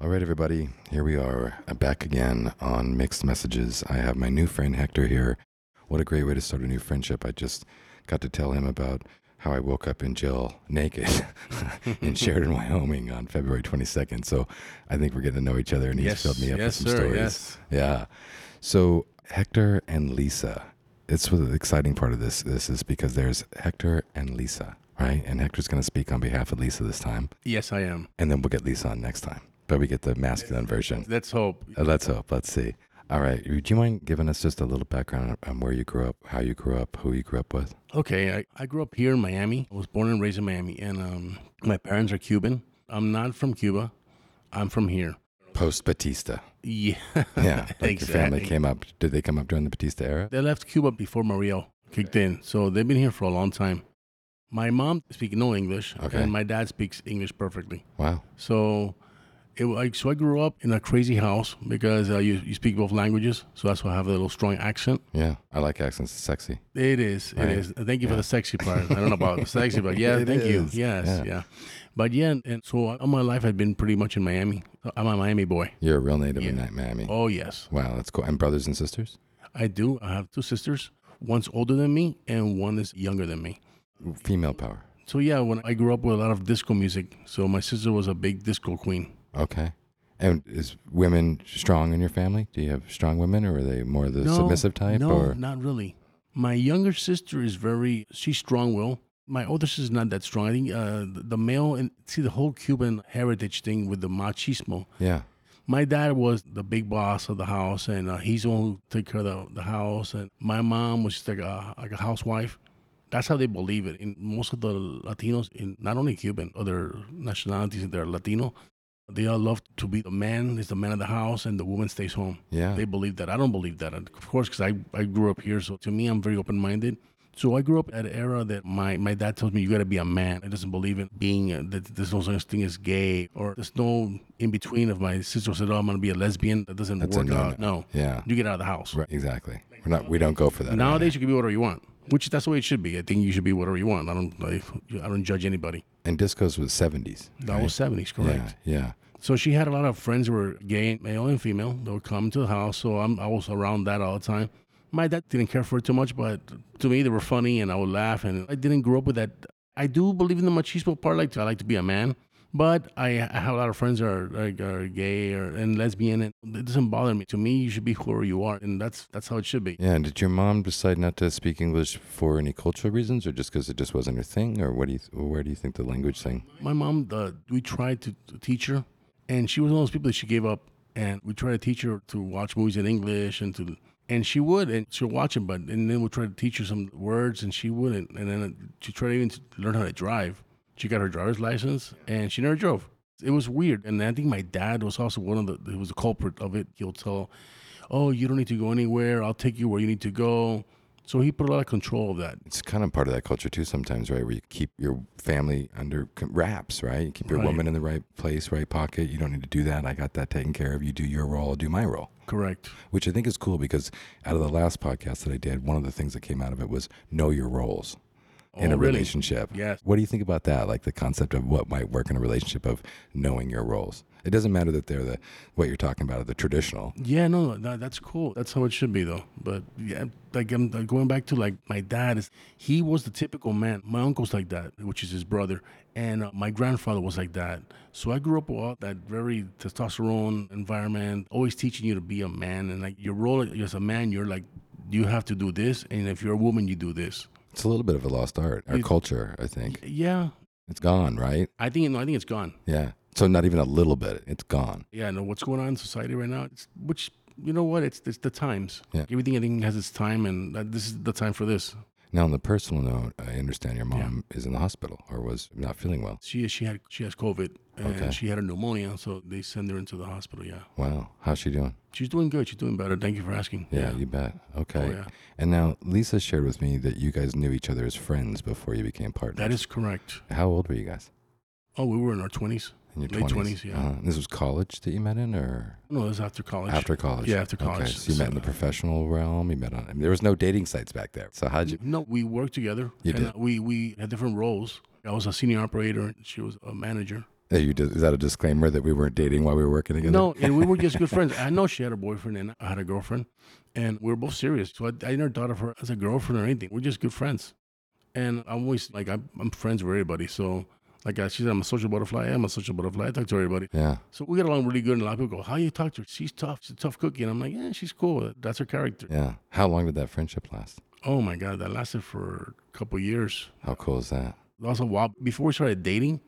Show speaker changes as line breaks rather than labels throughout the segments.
All right, everybody, here we are uh, back again on Mixed Messages. I have my new friend Hector here. What a great way to start a new friendship. I just got to tell him about how I woke up in jail naked in Sheridan, Wyoming on February 22nd. So I think we're getting to know each other, and he's
Yes,
filled me up with
yes,
some
sir,
stories.
yes.
Yeah. So Hector and Lisa. It's what the exciting part of this this is because there's Hector and Lisa, right? And Hector's going to speak on behalf of Lisa this time,
Yes, I am.
and then we'll get Lisa on next time. But we get the masculine version.
Let's hope.
Uh, Let's hope. Let's see. All right. Would you mind giving us just a little background on where you grew up, how you grew up, who you grew up with?
Okay, I, I grew up here in Miami. I was born and raised in Miami, and um, my parents are Cuban. I'm not from Cuba. I'm from here.
Post Batista.
Yeah.
Yeah. Like your family
Exactly.
came up. Did they come up during the Batista era?
They left Cuba before Mario kicked in, so they've been here for a long time. My mom speaks no English,
Okay.
and my dad speaks English perfectly.
Wow.
So, it, wa- so I grew up in a crazy house because uh, you, you speak both languages, so that's why I have a little strong accent.
Yeah. I like accents. It's sexy.
It is.
Right?
It is. Thank you for the sexy part. I don't know about the sexy, but yeah,
It
thank you.
is.
Yes,
Yeah.
yeah. But yeah, and so uh, all my life I've been pretty much in Miami. I'm a Miami boy.
You're a real native in
Yeah.
that Miami.
Oh yes,
Wow. That's cool. And brothers and sisters?
I do. I have two sisters. One's older than me, and one is younger than me.
Female power.
So yeah, when I grew up with a lot of disco music, so my sister was a big disco queen.
Okay. And is women strong in your family? Do you have strong women or are they more the submissive type?
No,
or
not really. My younger sister is very she's strong willed. My older sister's not that strong. I think uh, the- the male and see the whole Cuban heritage thing with the machismo.
Yeah.
My dad was the big boss of the house, and uh, he's the one who took care of the, the house. And my mom was just like a, like a housewife. That's how they believe it. In most of the Latinos, in not only Cuban, other nationalities, they're Latino. They all love to be the man is the man of the house, and the woman stays home.
Yeah.
They believe that. I don't believe that, of course, because I, I grew up here. So to me, I'm very open minded. So I grew up at an era that my, my dad tells me you got to be a man. I doesn't believe in being uh, that there's no such thing as gay or there's no in between. Of my sister said, "Oh, I'm gonna be a lesbian." That doesn't
That's a
work out.
no-no.
No,
Yeah.
you get out of the house.
Right, exactly. We're not, we don't go for that.
Nowadays, you can be whatever you want, which that's the way it should be. I think you should be whatever you want. I don't I, I don't judge anybody.
And discos was 70s.
That was 70s, correct?
Yeah. Yeah.
So she had a lot of friends who were gay, male and female. They would come to the house, so I'm, I was around that all the time. My dad didn't care for it too much, but to me they were funny, and I would laugh. And I didn't grow up with that. I do believe in the machismo part. Like I like to be a man, but I, I have a lot of friends that are like are gay or and lesbian, and it doesn't bother me. To me, you should be whoever you are, and that's that's how it should be.
Yeah, and did your mom decide not to speak English for any cultural reasons, or just because it just wasn't her thing, or what do you, where do you think the language thing?
My mom, the, we tried to, to teach her, and she was one of those people that she gave up. And we tried to teach her to watch movies in English and to, and she would, and she'll watch them, but, and then we'll try to teach her some words, and she wouldn't. And then she tried even to learn how to drive. She got her driver's license, and she never drove. It was weird. And I think my dad was also one of the, who was a culprit of it. He'll tell, oh, you don't need to go anywhere. I'll take you where you need to go. So he put a lot of control of that.
It's kind of part of that culture too, sometimes, right? Where you keep your family under c- wraps, right? You keep your
Right.
woman in the right place, right pocket. You don't need to do that. I got that taken care of. You do your role, I'll do my role.
Correct.
Which I think is cool because out of the last podcast that I did, one of the things that came out of it was know your roles in
Oh,
a
really?
relationship.
Yes.
What do you think about that? Like the concept of what might work in a relationship of knowing your roles. It doesn't matter that they're the what you're talking about are the traditional.
Yeah, no, no, that, that's cool. That's how it should be, though. But yeah, like I'm like, going back to like my dad is he was the typical man. My uncle's like that, which is his brother, and uh, my grandfather was like that. So I grew up with all that very testosterone environment, always teaching you to be a man and like your role as a man. You're like you have to do this, and if you're a woman, you do this.
It's a little bit of a lost art. Our
It-
culture, I think,
Yeah,
it's gone, right?
I think no, I think it's gone.
Yeah. So not even a little bit. It's gone.
Yeah, no, what's going on in society right now? It's, which you know what? It's it's the times.
Yeah.
Everything I think has its time, and that, this is the time for this.
Now, on the personal note, I understand your mom is in the hospital or was not feeling well.
She she had she has COVID and
Okay.
she had a pneumonia, so they send her into the hospital. Yeah,
Wow. How's she doing?
she's doing good. She's doing better. Thank you for asking. Oh,
Yeah, you bet. Okay.
yeah.
And now Lisa shared with me that you guys knew each other as friends before you became partners.
that is correct.
How old were you guys?
Oh, we were in our twenties.
In your
Late 20s, yeah.
Uh-huh. This was college that you met in, or
No, it was after college.
after college?
Yeah, after
Okay,
college.
so you met in the
So-
professional realm. You met on. I mean, there was no dating sites back there. So how'd you?
No, we worked together.
You
and
did.
We we had different roles. I was a senior operator. and She was a manager.
That you did, is that a disclaimer that we weren't dating while we were working together?
No, and we were just good friends. I know she had a boyfriend and I had a girlfriend, and we were both serious. So I, I never thought of her as a girlfriend or anything. We're just good friends. And I'm always like, I'm, I'm friends with everybody. So, like I, she said, I'm a social butterfly. I'm a social butterfly. I talk to everybody.
Yeah.
So we got along really good. And a lot of people go, How you talk to her? She's tough. She's a tough cookie. And I'm like, Yeah, she's cool. That's her character.
Yeah. How long did that friendship last?
Oh my God, that lasted for a couple years.
How cool is that?
That was a while before we started dating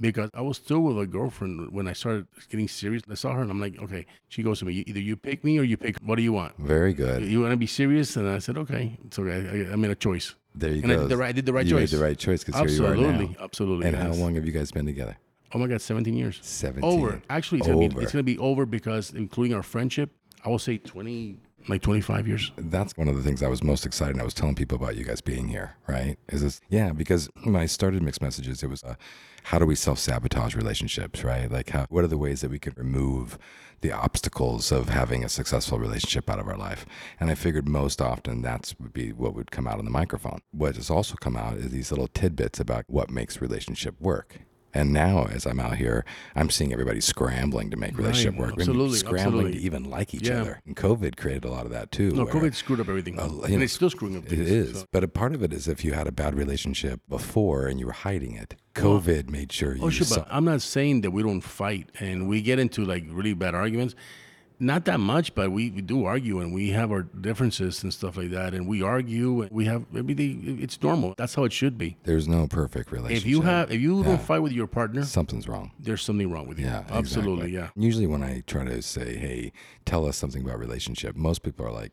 because I was still with a girlfriend when I started getting serious. I saw her and I'm like, okay, she goes to me, either you pick me or you pick, what do you want?
Very good.
You want to be serious? And I said, okay. So I, I, I made a choice.
There you
And I
go.
did the right, I did the right
you
choice.
made the right choice because here you are
absolutely.
now.
Absolutely.
And how
yes.
long have you guys been together?
Oh my God, 17 years.
17.
Over. Actually, it's going to
Over.
be, it's going to be over because including our friendship, I will say 20, like 25 years.
That's one of the things I was most excited. I was telling people about you guys being here, right? Is this, yeah, because when I started Mixed Messages, it was uh, how do we self sabotage relationships, right? Like, how, what are the ways that we could remove the obstacles of having a successful relationship out of our life? And I figured most often that's would be what would come out on the microphone. What has also come out is these little tidbits about what makes relationship work. And now, as I'm out here, I'm seeing everybody scrambling to make relationship work,
absolutely,
scrambling
absolutely.
to even like each
Yeah.
other. And COVID created a lot of that too.
No,
where-
COVID screwed up everything.
you
and
know,
it's still screwing up.
it
things,
is.
so-
But a part of it is if you had a bad relationship before and you were hiding it, COVID made sure you
Oh, sure,
saw.
but I'm not saying that we don't fight and we get into like really bad arguments. Not that much, but we, we do argue and we have our differences and stuff like that. And we argue and we have everything. It's normal. That's how it should be.
There's no perfect relationship.
If you have, if you don't fight with your partner,
something's wrong.
there's something wrong with you.
Yeah,
absolutely.
exactly.
Yeah.
Usually, when I try to say, "Hey, tell us something about relationship," most people are like,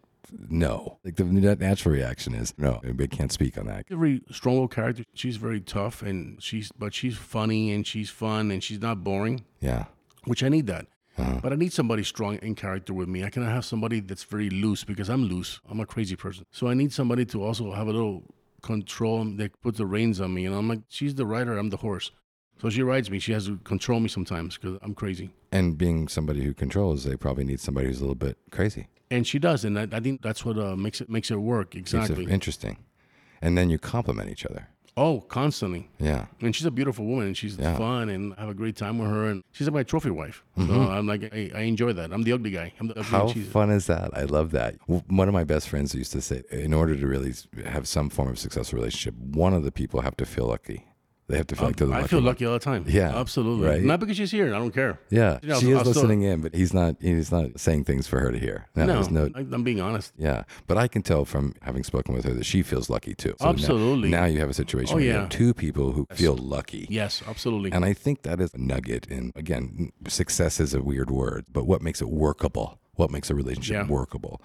"No." Like the nat- natural reaction is, "No, we can't speak on that."
Very strong little character. She's very tough and she's, but she's funny and she's fun and she's not boring,
Yeah,
which I need that.
Uh-huh.
But I need somebody strong in character with me. I cannot have somebody that's very loose because I'm loose. I'm a crazy person. So I need somebody to also have a little control that puts the reins on me. And I'm like, she's the rider, I'm the horse. So she rides me. She has to control me sometimes because I'm crazy.
and being somebody who controls, they probably need somebody who's a little bit crazy.
And she does. And I, I think that's what uh, makes it makes it work.
Keeps it
Exactly.
interesting, and then you compliment each other.
Oh, constantly.
Yeah,
And she's a beautiful woman and she's
Yeah.
fun and I have a great time with her. And she's like my trophy wife. So I'm like, I, I enjoy that. I'm the ugly guy. I'm the ugly
Mm-hmm. How
and she's-
fun is that? I love that. W- One of my best friends used to say, in order to really s- have some form of successful relationship, one of the people have to feel lucky. They have to feel like they're the
Um, I
lucky
feel
one.
lucky all the time.
Yeah,
Absolutely.
right?
Not because she's here. I don't care.
Yeah,
You know,
she is
I'll still-
listening in, but he's not. He's not saying things for her to hear. No,
No,
there's no.
I, I'm being honest.
Yeah, but I can tell from having spoken with her that she feels lucky too. So now-
Absolutely.
Now, you have a situation
Oh,
where you have
yeah.
two people who feel lucky.
Yes, absolutely.
And I think that is a nugget. And again, success is a weird word, but what makes it workable? What makes a relationship
Yeah.
workable?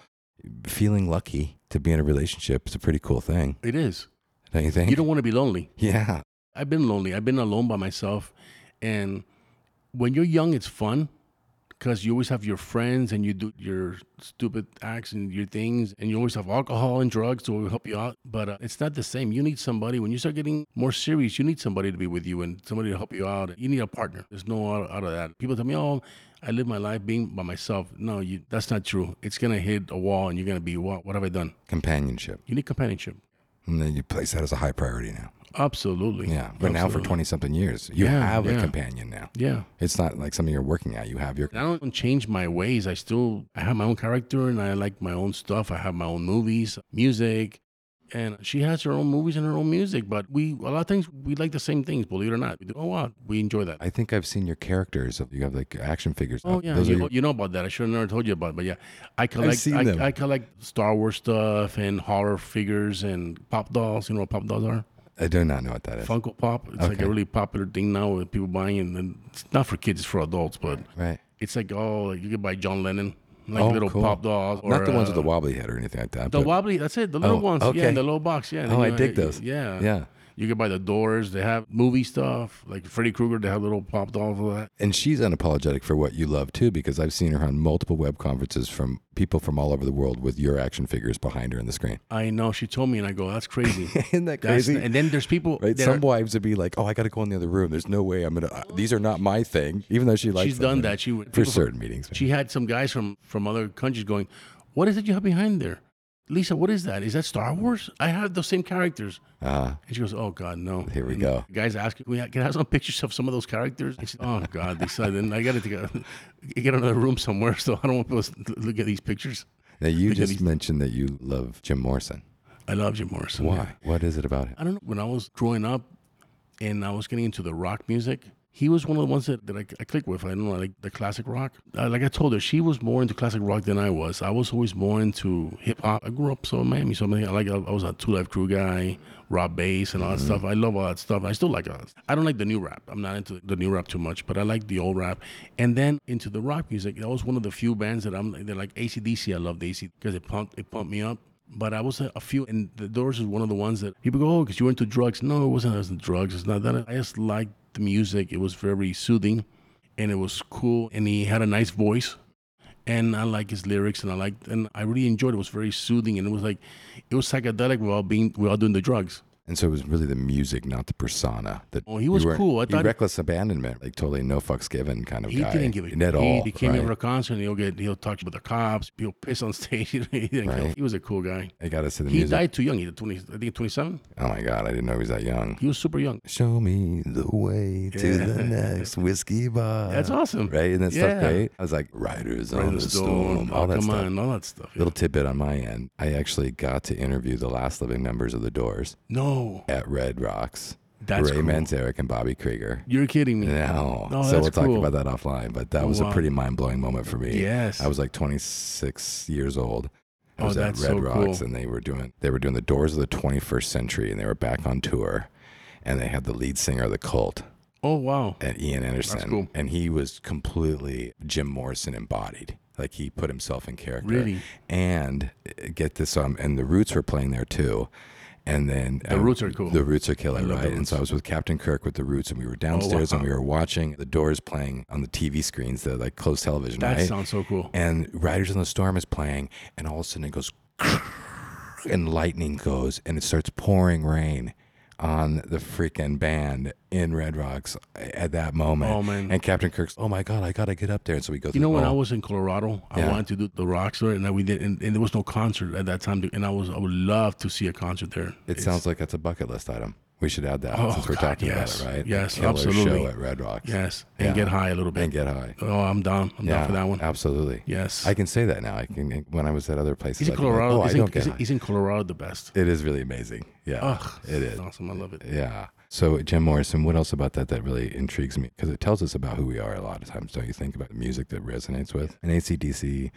Feeling lucky to be in a relationship is a pretty cool thing,
it is.
don't you think?
You don't want to be lonely.
yeah.
I've been lonely. I've been alone by myself. And when you're young, it's fun because you always have your friends and you do your stupid acts and your things. And you always have alcohol and drugs to help you out. But uh, it's not the same. You need somebody. When you start getting more serious, you need somebody to be with you and somebody to help you out. You need a partner. There's no out, out of that. People tell me, oh, I live my life being by myself. No, you, that's not true. It's going to hit a wall and you're going to be, what, what have I done?
Companionship.
You need companionship.
And then you place that as a high priority now.
Absolutely.
Yeah. But now for
Absolutely.
20 something years, you
Yeah,
have a
yeah.
companion now.
Yeah.
It's not like something you're working at. You have your.
I don't change my ways. I still I have my own character and I like my own stuff. I have my own movies, music, and she has her own movies and her own music. But we a lot of things we like the same things. Believe it or not, we do a lot. We enjoy that.
I think I've seen your characters. You have like action figures.
Oh yeah,
Those are
you,
your,
you know about that. I should have never told you about, it, but yeah, I collect.
seen
I,
them.
I collect Star Wars stuff and horror figures and pop dolls. You know what pop dolls are?
I do not know what that is.
Funko Pop. It's like
Okay.
a really popular thing now with people buying, it, and it's not for kids. It's for adults, but
Right.
it's like oh, you could buy John Lennon, like
Oh,
little
cool.
pop dolls. Or,
not the ones with
uh,
the wobbly head or anything like that.
The
but-
wobbly, that's it. The little
Oh,
ones, yeah,
okay.
in the little box, yeah.
Oh,
You
I
know,
dig
it-
those.
Yeah,
yeah.
You can buy the Doors. They have movie stuff like Freddy Krueger. They have little pop dolls for that.
And she's unapologetic for what you love too, because I've seen her on multiple web conferences from people from all over the world with your action figures behind her in the screen.
I know. She told me, and I go, "That's crazy."
Isn't that
That's-
crazy?
and then there's people.
right?
that
Some
are-
wives would be like, "Oh, I got to go in the other room. There's no way I'm gonna. uh, these are not my thing." Even though she likes.
she's
them
done that. She would-
for
people-
certain meetings.
She had some guys from from other countries going, "What is it you have behind there?" Lisa, what is that? Is that Star Wars? I have those same characters.
Uh,
And she goes, Oh God, no.
Here we
And
go.
the Guys asking, we can I have some pictures of some of those characters. I said, Oh God, they said, and I got to get another room somewhere, so I don't want people to look at these pictures.
now you
Look at
just
these-
mentioned that you love Jim Morrison.
I love Jim Morrison.
Why? What is it about him?
I don't know. When I was growing up, and I was getting into the rock music. He was one of the ones that, that I, I clicked with. I don't know, like the classic rock. Uh, like I told her, she was more into classic rock than I was. I was always more into hip hop. I grew up so in Miami, so I, mean, I like I, was a Two Life Crew guy, Rob Bass, and all that stuff. I love all that stuff. I still like all that. I don't like the new rap. I'm not into the new rap too much, but I like the old rap. And then into the rock music. That was one of the few bands that I'm that like ACDC. I loved AC because it pumped it pumped me up. But I was a, a few, and the Doors is one of the ones that people go, oh, because you were into drugs. No, it wasn't. It wasn't drugs. It's not that. I just liked the music. It was very soothing, and it was cool. And he had a nice voice, and I like his lyrics, and I liked, and I really enjoyed. It It was very soothing, and it was like, it was psychedelic without being without doing the drugs.
And so it was really the music, not the persona. That
Oh, he was
you weren't-
cool. I
he
thought-
reckless abandonment, like totally no fucks given kind of
He
guy.
didn't give a
at
he,
all.
He came
right?
over a concert, and he'll get he'll talk about the cops. He'll piss on stage. he, didn't care.
Right.
he was a cool guy.
I gotta say the
He
music.
died too young. He was twenty, I think twenty seven.
Oh my god, I didn't know he was that young.
He was super young.
Show me the way to the next whiskey bar.
That's awesome.
Right? Isn't that stuff
Yeah.
great? I was like, Riders,
Right
on
in
the Storm, all
Oh,
that
come
stuff.
on, all that stuff. yeah.
Little tidbit on my end. I actually got to interview the last living members of the Doors
No,
at Red Rocks.
That's
Ray
cool.
Manzarek and Bobby Krieger.
you're kidding me.
No.
No,
so we'll
that's
talk
cool.
about that offline. But that was a
Wow.
pretty mind blowing moment for me.
Yes.
I was like 26 years old. I
Oh,
was at
that's
Red
so
Rocks,
cool.
and they were doing they were doing the Doors of the 21st Century, and they were back on tour, and they had the lead singer of the Cult
oh wow.
at Ian Anderson,
cool.
and he was completely Jim Morrison embodied. Like he put himself in character.
Really?
And uh, get this, um, and the Roots were playing there too. And then the
Roots are cool.
The Roots are killer,
love the Oh,
right? And so I was with Captain Kirk with the Roots, and we were downstairs and we were watching the Doors playing on the TV screens, the like closed television,
That
right?
sounds so cool.
and Riders on the Storm is playing, and all of a sudden it goes, and lightning goes, and it starts pouring rain on the freaking band in Red Rocks at that moment.
Oh, man.
And Captain Kirk's, oh my god, I gotta get up there, and so we go.
You know, when I was in Colorado, I
Yeah.
wanted to do the rock store, and I- we did, and, and there was no concert at that time. And I was, I would love to see a concert there.
it sounds like that's a bucket list item. We should add that
Oh,
since we're
God,
talking
yes.
about it, right?
Yes,
A killer Show
absolutely.
at Red Rocks.
yes, and
Yeah.
get high a little bit.
And get high.
oh, I'm down. I'm down for that one.
Absolutely.
Yes.
I can say that now. I can when I was at other places.
he's in
I can be like,
Colorado.
oh, I
he's, in,
don't get
he's in-
high."
he's in Colorado the best.
It is really amazing. Yeah.
Ugh,
it is.
awesome. I love it.
Yeah. So Jim Morrison, what else about that that really intrigues me? Because it tells us about who we are a lot of times, don't you think? About the music that resonates with. And ACDC,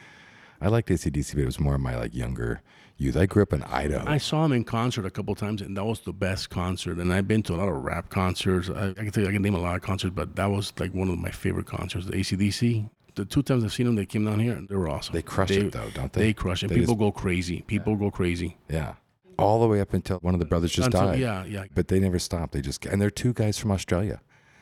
I liked ACDC, but it was more my like younger youth. I grew up in Idaho.
I saw him in concert a couple times, and that was the best concert. And I've been to a lot of rap concerts. I, I can tell you, I can name a lot of concerts, but that was like one of my favorite concerts. The ACDC. The two times I've seen them, they came down here, and they were awesome.
they crush
They,
it though, don't they?
they crush it.
they
People go crazy. People go crazy.
yeah. All the way up until one of the brothers just
Until-
died.
yeah, yeah.
But they never stopped. They just and they're two guys from Australia.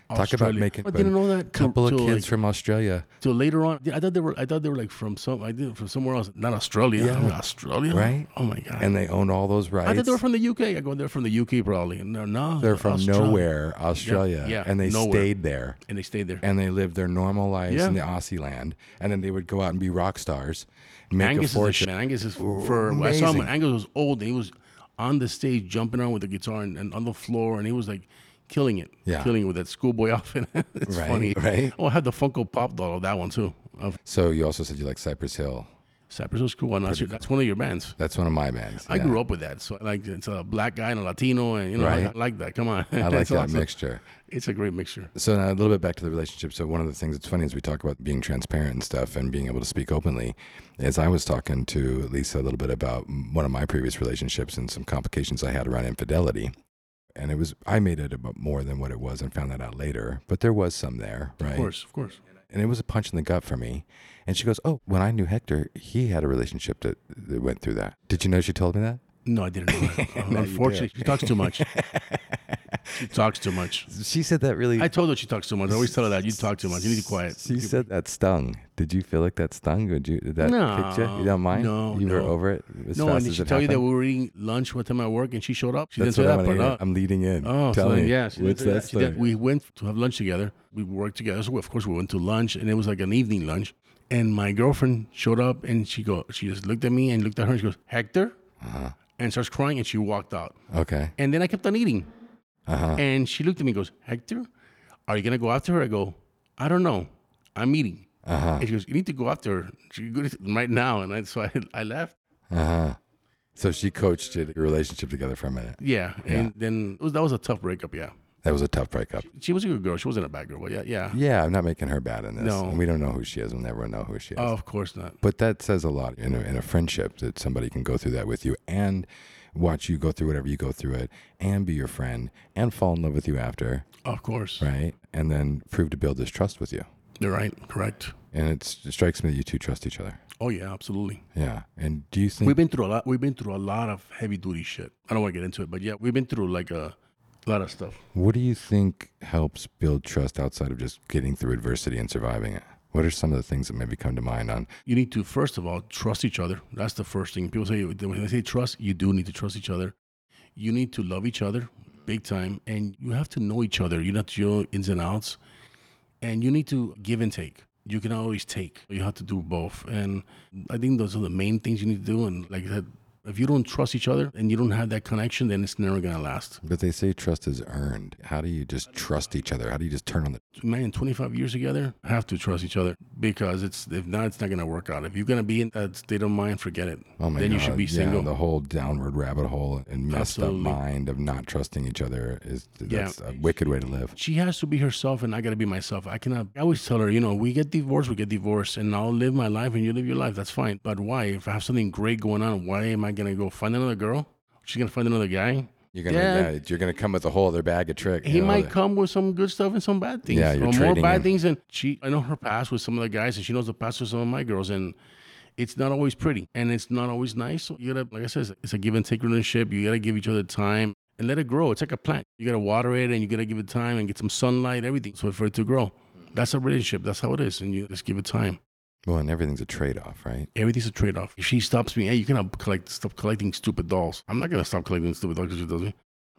Talk about
Australia.
making
I didn't know that.
couple of
till,
kids
like,
from Australia.
till later on. Yeah, I thought they were. I thought they were like from some. I did from somewhere else, not Australia.
Yeah.
I'm like, Australia,
Right.
Oh my god.
And they own all those rights.
I thought they were from the UK. I go, they're from the UK probably. No, no,
They're from
Australia.
nowhere, Australia.
yeah,
and they
nowhere.
stayed there.
and they stayed there.
and they lived their normal lives
Yeah.
in the Aussie land, and then they would go out and be rock stars, make
Angus
a
is a
fortune.
shit. man. Angus is for I saw him. when Angus was old and he was on the stage jumping around with the guitar and, and on the floor and he was like killing it,
Yeah.
killing it with that schoolboy outfit. it's
Right,
funny,
right.
Oh, I had the Funko Pop doll of that one too. Of
so you also said you like Cypress Hill.
Cypress Hill School. And that's, your- that's one of your bands.
That's one of my bands.
I grew up with that. So like it's a black guy and a Latino and you know
Right.
I like that. Come on,
I like that mixture.
It's a great mixture.
So now a little bit back to the relationship. So one of the things that's funny is we talk about being transparent and stuff and being able to speak openly. As I was talking to Lisa a little bit about m- one of my previous relationships and some complications I had around infidelity, and it was I made it about more than what it was and found that out later. But there was some there, right?
Of course, of course.
and it was a punch in the gut for me. And she goes, "Oh, when I knew Hector, he had a relationship that, that went through that. Did you know she told me that?"
No, I didn't. Know that. Unfortunately, she talks too much. she talks too much.
She said that really.
I told her she talks too much. I always tell her that you talk too much. You need to be quiet.
She said that stung. Did you feel like that stung? Would you did that
No,
kicked you? You don't mind?
no,
you were
no.
over it as
No,
fast
and did
as
she
it
tell you that
happened?
we were eating lunch one time at work and she showed up? She
That's
didn't say
what I
that part.
want to hear.
huh?
I'm leading in.
Oh,
tell
so then,
me.
yeah. she didn't
What's
say
that
She did-
story?
We went to have lunch together. We worked together. So of course we went to lunch and it was like an evening lunch. And my girlfriend showed up and she go, she just looked at me and looked at her and she goes, Hector?
Uh-huh.
And starts crying and she walked out.
Okay.
And then I kept on eating.
Uh-huh.
And she looked at me and goes, Hector, are you going to go after her? I go, I don't know. I'm eating.
Uh-huh.
And she goes, you need to go after her. She goes, right now. And I, so I, I left.
Uh-huh. So she coached your relationship together for a minute.
Yeah. And then it was, that was a tough breakup. Yeah.
That was a tough breakup.
She was a good girl. She wasn't a bad girl. But yeah. Yeah.
Yeah, I'm not making her bad in this.
No.
And we don't know who she is. We'll never know who she is.
Oh, of course not.
But that says a lot in a, in a friendship that somebody can go through that with you and watch you go through whatever you go through it and be your friend and fall in love with you after,
Of course.
right? And then prove to build this trust with you.
You're right. Correct.
And it's, it strikes me that you two trust each other.
Oh, yeah. Absolutely.
Yeah. And do you think,
We've been through a lot. We've been through a lot of heavy duty shit. I don't want to get into it, but yeah, we've been through like a lot of stuff.
what do you think helps build trust outside of just getting through adversity and surviving it? What are some of the things that maybe come to mind on,
You need to first of all trust each other. That's the first thing people say. When they say trust, you do need to trust each other. You need to love each other, big time, and you have to know each other. You have to know ins and outs, and you need to give and take. You can always take. You have to do both, and I think those are the main things you need to do. And like I said, if you don't trust each other and you don't have that connection, then it's never gonna last.
but they say trust is earned. How do you just trust each other? How do you just turn on the,
man, 25 years together, have to trust each other because it's if not, it's not gonna work out. If you're gonna be in that state of mind, forget it.
Oh my
then
god!
you should be
yeah,
single.
the whole downward rabbit hole and messed
Absolutely.
up mind of not trusting each other is
Yeah.
that's a wicked way to live.
she has to be herself, and I gotta be myself. I cannot. I always tell her, you know, we get divorced, we get divorced, and I'll live my life, and you live your life. That's fine. But why? If I have something great going on, why am I gonna go find another girl? She's gonna find another guy.
You're gonna
Yeah.
yeah, you're gonna come with a whole other bag of tricks.
He might come with some good stuff and some bad things.
Yeah, you're
or more
trading
bad
in.
things. And she, I know her past with some of the guys, and she knows the past with some of my girls. And it's not always pretty, and it's not always nice. So you gotta, like I said, it's- it's a give and take relationship. You gotta give each other time and let it grow. It's like a plant. You gotta water it, and you gotta give it time and get some sunlight, everything, so for it to grow. That's a relationship. That's how it is, and you just give it time.
well, and everything's a trade off, right?
Everything's a trade off. If she stops me, hey, you cannot collect stop collecting stupid dolls. I'm not gonna stop collecting stupid dolls because she does me.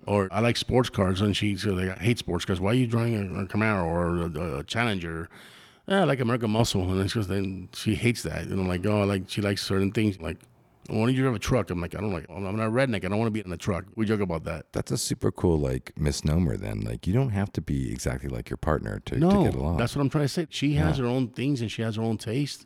Or I like sports cars, and she's uh, like, I hate sports cars. Why are you drawing a, a Camaro or a, a Challenger? Yeah, I like American Muscle, and it's just then she hates that. And I'm like, oh, I like she likes certain things. Like, why don't you drive a truck? I'm like, I don't like. I'm not a redneck. I don't want to be in a truck. We joke about that.
That's a super cool like misnomer. Then like you don't have to be exactly like your partner to,
No,
to get along.
that's what I'm trying to say. She has her own things and she has her own taste,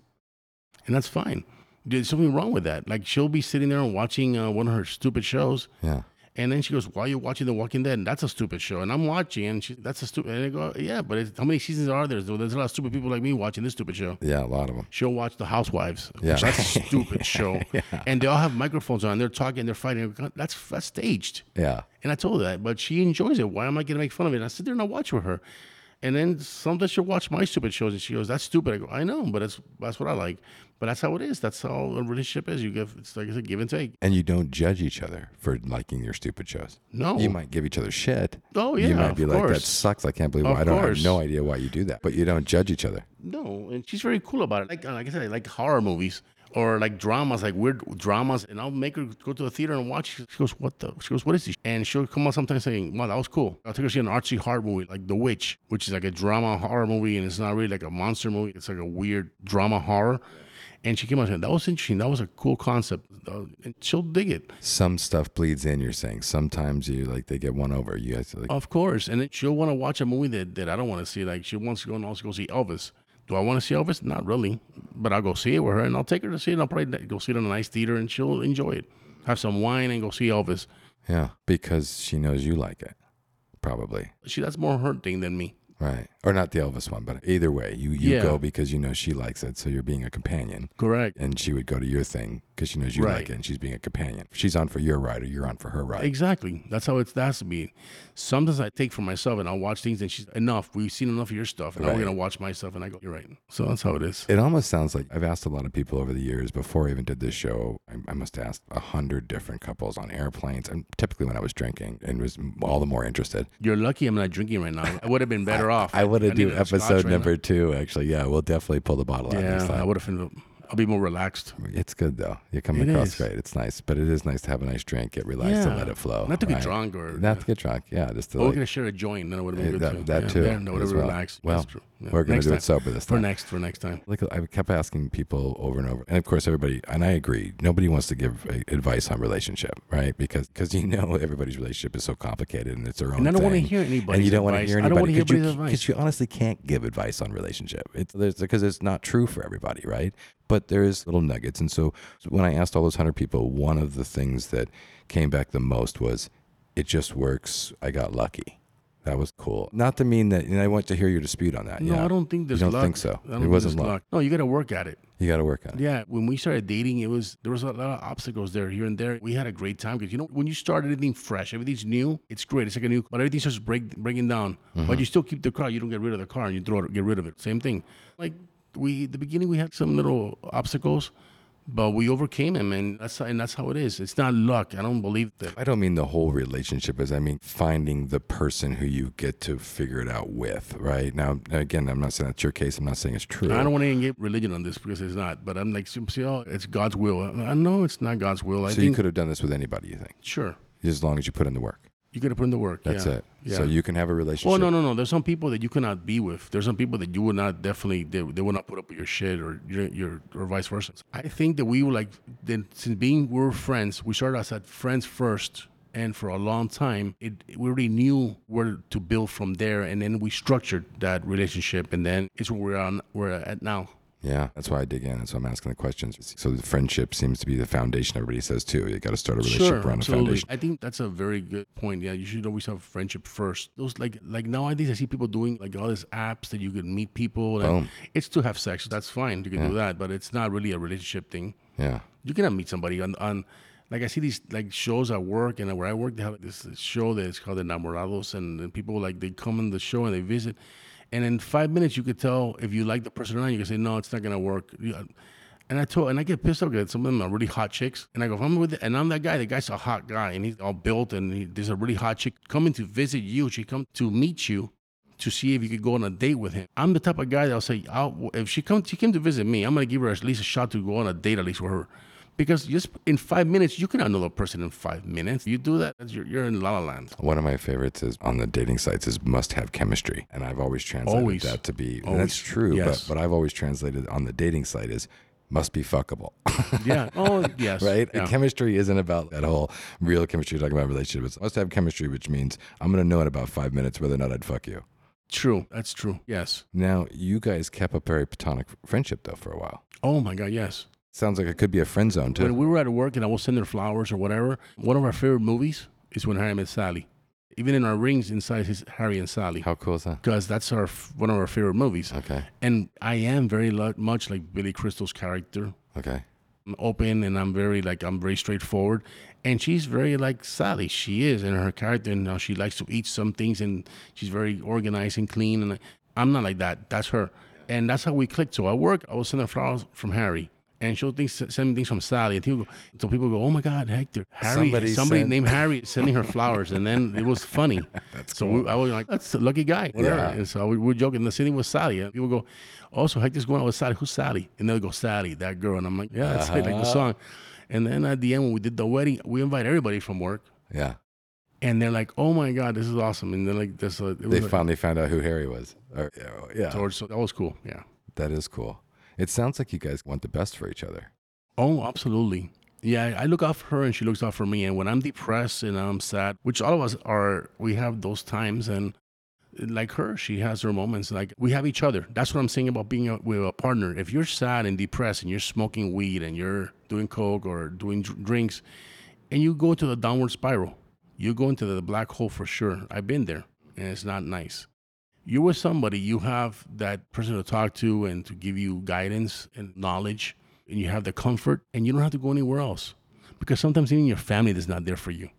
and that's fine. There's something wrong with that. Like she'll be sitting there and watching uh, one of her stupid shows,
yeah.
and then she goes, "Why are you watching The Walking Dead? That's a stupid show." And I'm watching, and she, that's a stupid. And I go, "Yeah, but it's, how many seasons are there? So There's a lot of stupid people like me watching this stupid show."
Yeah, a lot of them.
She'll watch The Housewives.
Yeah.
Yeah, that's a stupid show. And they all have microphones on. They're talking. They're fighting. That's that's staged.
Yeah.
And I told her that, but she enjoys it. Why am I going to make fun of it? And I sit there and I watch with her. And then sometimes she'll watch my stupid shows and she goes, That's stupid. I go, I know, but that's, that's what I like. But that's how it is. That's how a relationship is. You give, it's like I said, give and take.
And you don't judge each other for liking your stupid shows.
No.
You might give each other shit.
Oh,
You
yeah,
might be
of
like, that
course.
sucks. I can't believe
Of
I don't I have
course.
no idea why you do that. But you don't judge each other.
No. And she's very cool about it. Like, uh, like I said, I like horror movies or like dramas, like weird dramas. And I'll make her go to the theater and watch. She goes, What the? She goes, What is this? And she'll come out sometimes saying, Wow, that was cool. I'll take her to see an artsy horror movie, like The Witch, which is like a drama horror movie. And it's not really like a monster movie, it's like a weird drama horror. And she came out saying, That was interesting. That was a cool concept. Uh, And she'll dig it.
some stuff bleeds in. You're saying sometimes you like they get one over. You guys are like,
Of course. And then she'll want to watch a movie that, that I don't want to see. Like she wants to go and also go see Elvis. Do I want to see Elvis? Not really. But I'll go see it with her and I'll take her to see it. And I'll probably go see it in a nice theater and she'll enjoy it. Have some wine and go see Elvis.
yeah, because she knows you like it, probably,
She that's more her thing than me.
right? Or not the Elvis one, but either way, you you
Yeah.
go because you know she likes it, so you're being a companion,
Correct.
and she would go to your thing because she knows you like it,
Right.
and she's being a companion. She's on for your ride, or you're on for her ride.
Exactly. That's how it's has to be. Sometimes I take for myself and I'll watch things and she's enough. We've seen enough of your stuff and I'm
Right.
gonna watch my stuff and I go, You're right. So that's how it is.
It almost sounds like I've asked a lot of people over the years before I even did this show. I, I must have asked a hundred different couples on airplanes, and typically when I was drinking and was all the more interested.
You're lucky I'm not drinking right now. I would have been better off.
I want to do
needed a scotch
episode
right
number two. Actually, yeah, we'll definitely pull the bottle
now.
out next
Yeah, I
time.
would have been I'll be more relaxed.
It's good though. You're coming
It
across
is.
great. It's nice, but it is nice to have a nice drink, get relaxed, and
Yeah.
let it flow.
Not to get
Oh, right?
drunk or
Not to get drunk. Yeah, just to
Or we
like,
could have shared a joint. That would have been
Yeah,
good
that-
too.
that
yeah,
too,
Yeah, that would
as
have
well.
relaxed.
Well,
That's true.
We're going
next
to do
time.
it sober this
for
time. Oh,
next for next time.
like I kept asking people over and over, and of course everybody, and I agree, nobody wants to give uh, advice on relationship, right? Because because you know everybody's relationship is so complicated and it's their own.
And I don't want to
thing.
hear anybody's
And you don't want to
advice.
hear
I don't want
anybody
to hear
because you,
anybody's advice.
'cause you honestly can't give advice on relationship. It's there's because it's not true for everybody, right? But there is little nuggets, and so when I asked all those hundred people, one of the things that came back the most was, "It just works. I got lucky." That was cool. Not to mean that, and I want to hear your dispute on that.
No,
yeah.
I don't think there's
don't
luck.
think so.
I
It
don't think
wasn't
there's
luck.
No, you got to work at it.
You got to work on it.
Yeah, when we started dating, it was there was a lot of obstacles there, here and there. We had a great time because you know when you start anything fresh, everything's new. It's great. It's like a new, but everything starts break, breaking down.
Mm-hmm.
But you still keep the car. You don't get rid of the car, and you throw it, get rid of it. Same thing. Like we, the beginning, we had some little obstacles, but we overcame them, and that's and that's how it is. It's not luck. I don't believe that.
I don't mean the whole relationship as I mean finding the person who you get to figure it out with, right? Now, again, I'm not saying that's your case. I'm not saying it's true.
I don't want to get religion on this because it's not. But I'm like, see, oh, it's God's will. I know it's not God's will. I
so
think
you could have done this with anybody, you think,
sure
as long as you put in the work.
you got to put in the work.
That's
yeah.
it.
Yeah.
So you can have a relationship.
Oh no no no! There's some people that you cannot be with. There's some people that you would not definitely they, they would not put up with your shit or your, your or vice versa. I think that we were like then since being we were friends, we started as at friends first, and for a long time it we already knew where to build from there, and then we structured that relationship, and then it's where we're on we're at now.
Yeah, that's why I dig in. That's why I'm asking the questions. So the friendship seems to be the foundation. Everybody says too. You got to start a relationship around a foundation.
I think that's a very good point. Yeah, you should always have friendship first. Those like like nowadays I see people doing like all these apps that you can meet people. And
Boom.
It's to have sex. That's fine. You can do that, but it's not really a relationship thing.
Yeah.
You cannot meet somebody on on. Like I see these like shows at work and where I work, they have this show that's called Enamorados, and, and people like they come on the show and they visit, and in five minutes you could tell if you like the person or not. You can say no, it's not gonna work. You- uh, And I told, and I get pissed off because some of them are really hot chicks, and I go, if I'm with, and I'm that guy. The guy's a hot guy, and he's all built, and he, there's a really hot chick coming to visit you. She come to meet you, to see if you could go on a date with him. I'm the type of guy that'll say, I'll, if she comes, she came to visit me, I'm gonna give her at least a shot to go on a date at least with her, because just in five minutes, you cannot know the person in five minutes. You do that, that's- you're, you're in la la land.
One of my favorites is on the dating sites is must have chemistry, and I've always translated
Always.
that to be and
Always.
that's true.
Yes.
But but I've always translated on the dating site is must be fuckable.
Yeah. Oh yes.
right?
Yeah.
And chemistry isn't about that whole real chemistry you're talking about relationships. It's must have chemistry, which means I'm gonna know in about five minutes whether or not I'd fuck you.
True. That's true. Yes.
Now you guys kept a very platonic friendship though for a while.
Oh my God. Yes.
Sounds like it could be a friend zone too.
When we were at work and I was sending her flowers or whatever, one of our favorite movies is when Harry met Sally. Even in our rings inside is Harry and Sally.
How cool is that?
Because that's our f- one of our favorite movies.
Okay.
And I am very lo- much like Billy Crystal's character.
Okay.
I'm open and I'm very like I'm very straightforward. And she's very like Sally. She is in her character and how she likes to eat some things and she's very organized and clean. And I'm not like that. That's her. And that's how we clicked. So at work, I was sending flowers from Harry. And she'll think, send me things from Sally. And people go, so people go, oh my God, Hector, Harry,
Somebody
somebody,
sent-
named Harry is sending her flowers. And then it was funny. so we, I was like, that's a lucky guy. Whatever.
Yeah.
And so we were joking. The city was Sally. And people go, also, Hector's going out with Sally. Who's Sally? And they'll go, Sally, that girl. And I'm like, yeah, that's it, like
Uh-huh.
the song. And then at the end, when we did the wedding, we invite everybody from work.
Yeah.
And they're like, oh my God, this is awesome. And they're like, this, uh, it was
They
like,
finally found out who Harry was. Or, yeah, yeah.
George, so that was cool. Yeah.
That is cool. It sounds like you guys want the best for each other.
Oh, absolutely. Yeah, I look out for her and she looks out for me. And when I'm depressed and I'm sad, which all of us are, we have those times. And like her, she has her moments. Like we have each other. That's what I'm saying about being a, with a partner. If you're sad and depressed and you're smoking weed and you're doing coke or doing dr- drinks, and you go to the downward spiral, you go into the black hole for sure. I've been there, and it's not nice you're with somebody, you have that person to talk to and to give you guidance and knowledge, and you have the comfort, and you don't have to go anywhere else. Because sometimes even your family is not there for you.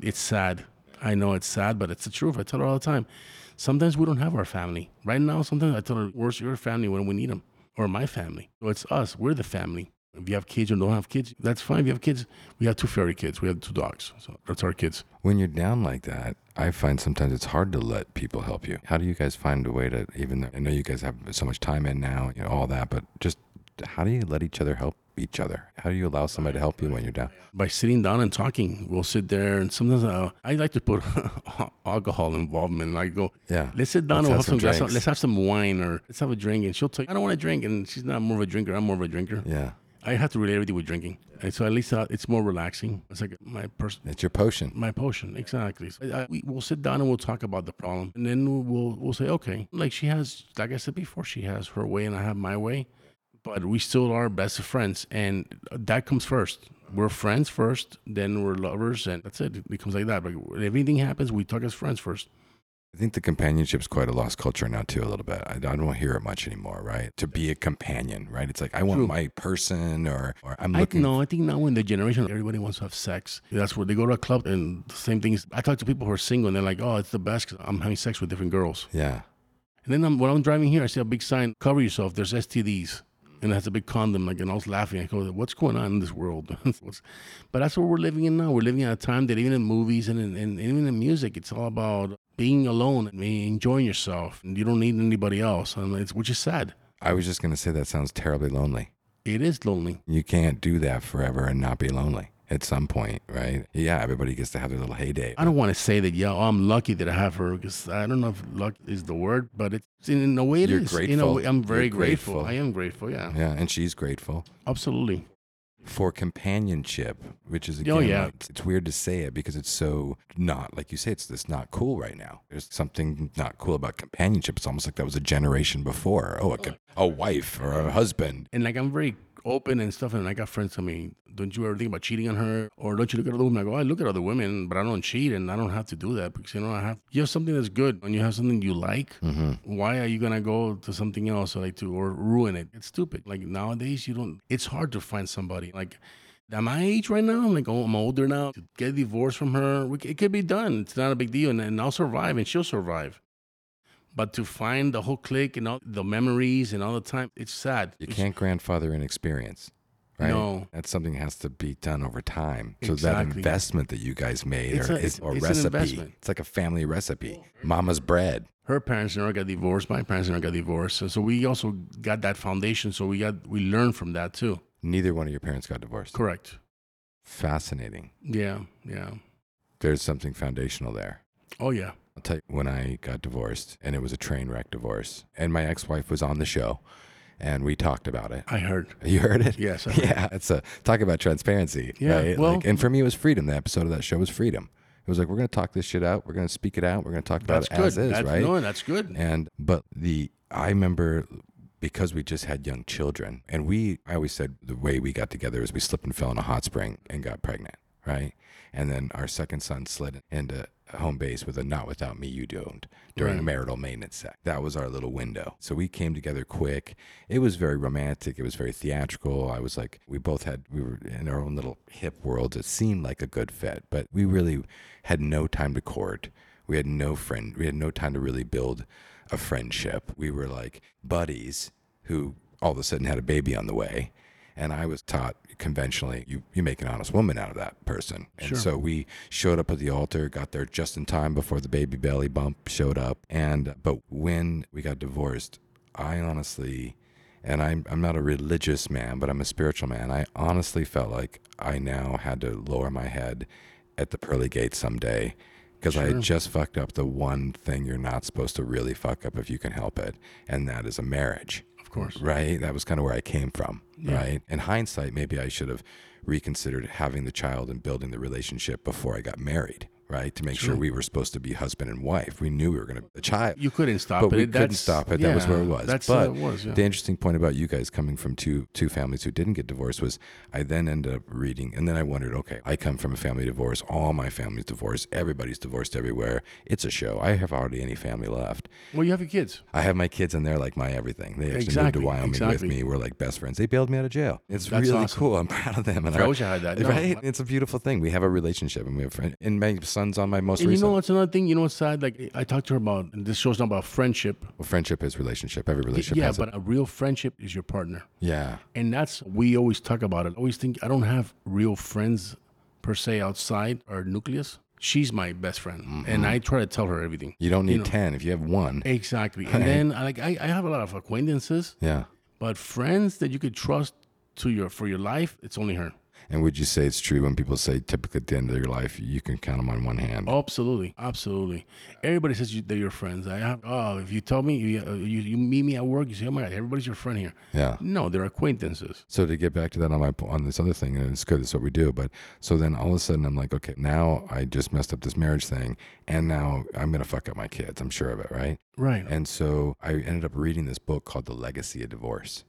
It's sad. I know it's sad, but it's the truth. I tell her all the time. Sometimes we don't have our family. Right now, sometimes I tell her, where's your family when we need them? Or my family. So it's us. We're the family. If you have kids or don't have kids, that's fine. If you have kids, we have two furry kids. We have two dogs. So that's our kids.
When you're down like that, I find sometimes it's hard to let people help you. How do you guys find a way to even I know you guys have so much time in now, you know, all that, but just how do you let each other help each other? How do you allow somebody to help you when you're down?
by sitting down and talking. We'll sit there, and sometimes I, I like to put alcohol involvement. I go,
Yeah.
let's sit down
Let's
and
have
have
some
some glass.
drinks.
Let's have some wine or let's have a drink. And she'll tell you, I don't want to drink. And she's not more of a drinker. I'm more of a drinker.
Yeah.
I have to relate everything with drinking, and so at least uh, it's more relaxing. It's like my person.
It's your potion.
My potion, exactly. So I, I- we, we'll sit down and we'll talk about the problem, and then we'll we'll say, okay, like she has, like I said before, she has her way and I have my way, but we still are best of friends, and that comes first. We're friends first, then we're lovers, and that's it. It comes like that. Like if anything happens, we talk as friends first.
I think the companionship's quite a lost culture now, too, a little bit. I, I don't hear it much anymore, right? To be a companion, right? It's like, I want
True.
my person or, or I'm
I
looking.
know. I think now in the generation, everybody wants to have sex. That's where they go to a club, and the same things. I talk to people who are single, and they're like, "Oh, it's the best. i I'm having sex with different girls."
Yeah.
And then I'm, when I'm driving here, I see a big sign, cover yourself, there's STDs. And it has a big condom. Like, and I was laughing. I go, what's going on in this world? What's- but that's what we're living in now. We're living in a time that even in movies and, in, and even in music, it's all about being alone and enjoying yourself. And you don't need anybody else, and it's, which is sad.
I was just going to say that sounds terribly lonely.
It is lonely.
You can't do that forever and not be lonely at some point, right? Yeah, everybody gets to have their little heyday.
I don't want to say that, yeah, oh, I'm lucky that I have her because I don't know if luck is the word, but it's in, a way it
You're
is. In a
grateful.
way, I'm very
You're
grateful.
grateful.
I am grateful, yeah.
Yeah, and she's grateful
Absolutely.
for companionship, which is again,
Oh, yeah.
like, it's, it's weird to say it because it's so not like you say it's this not cool right now. There's something not cool about companionship. It's almost like that was a generation before. Oh, a, co- a wife or a husband.
and like I'm very open and stuff. And I got friends tell me, "Don't you ever think about cheating on her?" Or "Don't you look at other women?" I go, "I look at other women, but I don't cheat, and I don't have to do that because you know I have you have something that's good and you have something you like. Why are you gonna go to something else or like to or ruin it? It's stupid. Like nowadays, you don't. It's hard to find somebody like. At my age right now, I'm like, oh, I'm older now. To get a divorce from her, we, c- it could be done. It's not a big deal, and, and I'll survive, and she'll survive. But to find the whole clique and all the memories and all the time, it's sad.
You
It's-
can't grandfather in experience, right?
No.
That's something that has to be done over time. So that
Exactly.
investment that you guys made
It's
or,
a-
is,
it's-
or
it's an
recipe,
investment.
it's like a family recipe. Mama's bread.
her parents never got divorced my parents never got divorced and so we also got that foundation so we got we learned from that too
Neither one of your parents got divorced.
correct
Fascinating.
yeah yeah
There's something foundational there.
oh yeah
I'll tell you when I got divorced, and it was a train wreck divorce. And my ex-wife was on the show, and we talked about it.
i heard
You heard it?
yes I heard.
Yeah, it's a talk about transparency.
Yeah,
right?
well-
like, and for me, it was freedom. The episode of that show was freedom. It was like we're going to talk this shit out. We're going to speak it out. We're going to talk about
that's
it
good
as is,
that's,
right?
no that's good
And but the I remember because we just had young children, and we I always said the way we got together is we slipped and fell in a hot spring and got pregnant, right? And then our second son slid into home base with a not without me you don't during
Right.
marital maintenance act. That was our little window. So we came together quick. It was very romantic. It was very theatrical. I was like we both had we were in our own little hip worlds. It seemed like a good fit, but we really had no time to court. We had no friend. We had no time to really build a friendship. We were like buddies who all of a sudden had a baby on the way. And I was taught conventionally, you, you make an honest woman out of that person. And so we showed up at the altar, got there just in time before the baby belly bump showed up. And, but when we got divorced, I honestly, and I'm, I'm not a religious man, but I'm a spiritual man. I honestly felt like I now had to lower my head at the pearly gates someday because I had just fucked up the one thing you're not supposed to really fuck up if you can help it, and that is a marriage.
of course
Right? That was kind of where I came from. Right? In hindsight, maybe I should have reconsidered having the child and building the relationship before I got married. Right? To make sure we were supposed to be husband and wife. We knew we were going to a child.
you couldn't stop
But
it
we
It-
couldn't
that's-
stop it. that was where it
yeah,
was.
that's
but
how it was yeah.
the interesting point about you guys coming from two two families who didn't get divorced was I then ended up reading, and then I wondered, okay, I come from a family divorce. All my family's divorced. Everybody's divorced everywhere. It's a show. I have hardly any family left.
well you have your kids
I have my kids and they're like my everything. They actually moved to
Exactly,
Wyoming
exactly.
with me. We're like best friends. They bailed me out of jail. It's
That's
really
awesome.
cool. I'm proud of them. And
I wish I had that. No.
Right? It's a beautiful thing. We have a relationship and we have friends. And my son's on my most
and you
recent.
know what's another thing you know what's sad like i talked to her about and this show's not about friendship
well, friendship is relationship. Every relationship
yeah
has
but a real friendship is your partner
it. Yeah.
And that's we always talk about it. I always think I don't have real friends per se outside our nucleus. She's my best friend, and I try to tell her everything.
You don't need 10 if you have one.
Exactly. And then I like I, I have a lot of acquaintances,
Yeah.
but friends that you could trust to your for your life, it's only her.
And would you say it's true when people say typically at the end of your life, you can count them on one
Oh.
hand?
Absolutely, absolutely. Everybody says you, they're your friends. I have, oh, if you tell me you, uh, you you meet me at work, you say, oh my god, everybody's your friend here.
Yeah.
No, they're acquaintances.
So to get back to that on my po- on this other thing, and it's good, it's what we do. But so then all of a sudden I'm like, okay, now I just messed up this marriage thing, and now I'm gonna fuck up my kids. I'm sure of it, right?
Right.
And so I ended up reading this book called The Legacy of Divorce.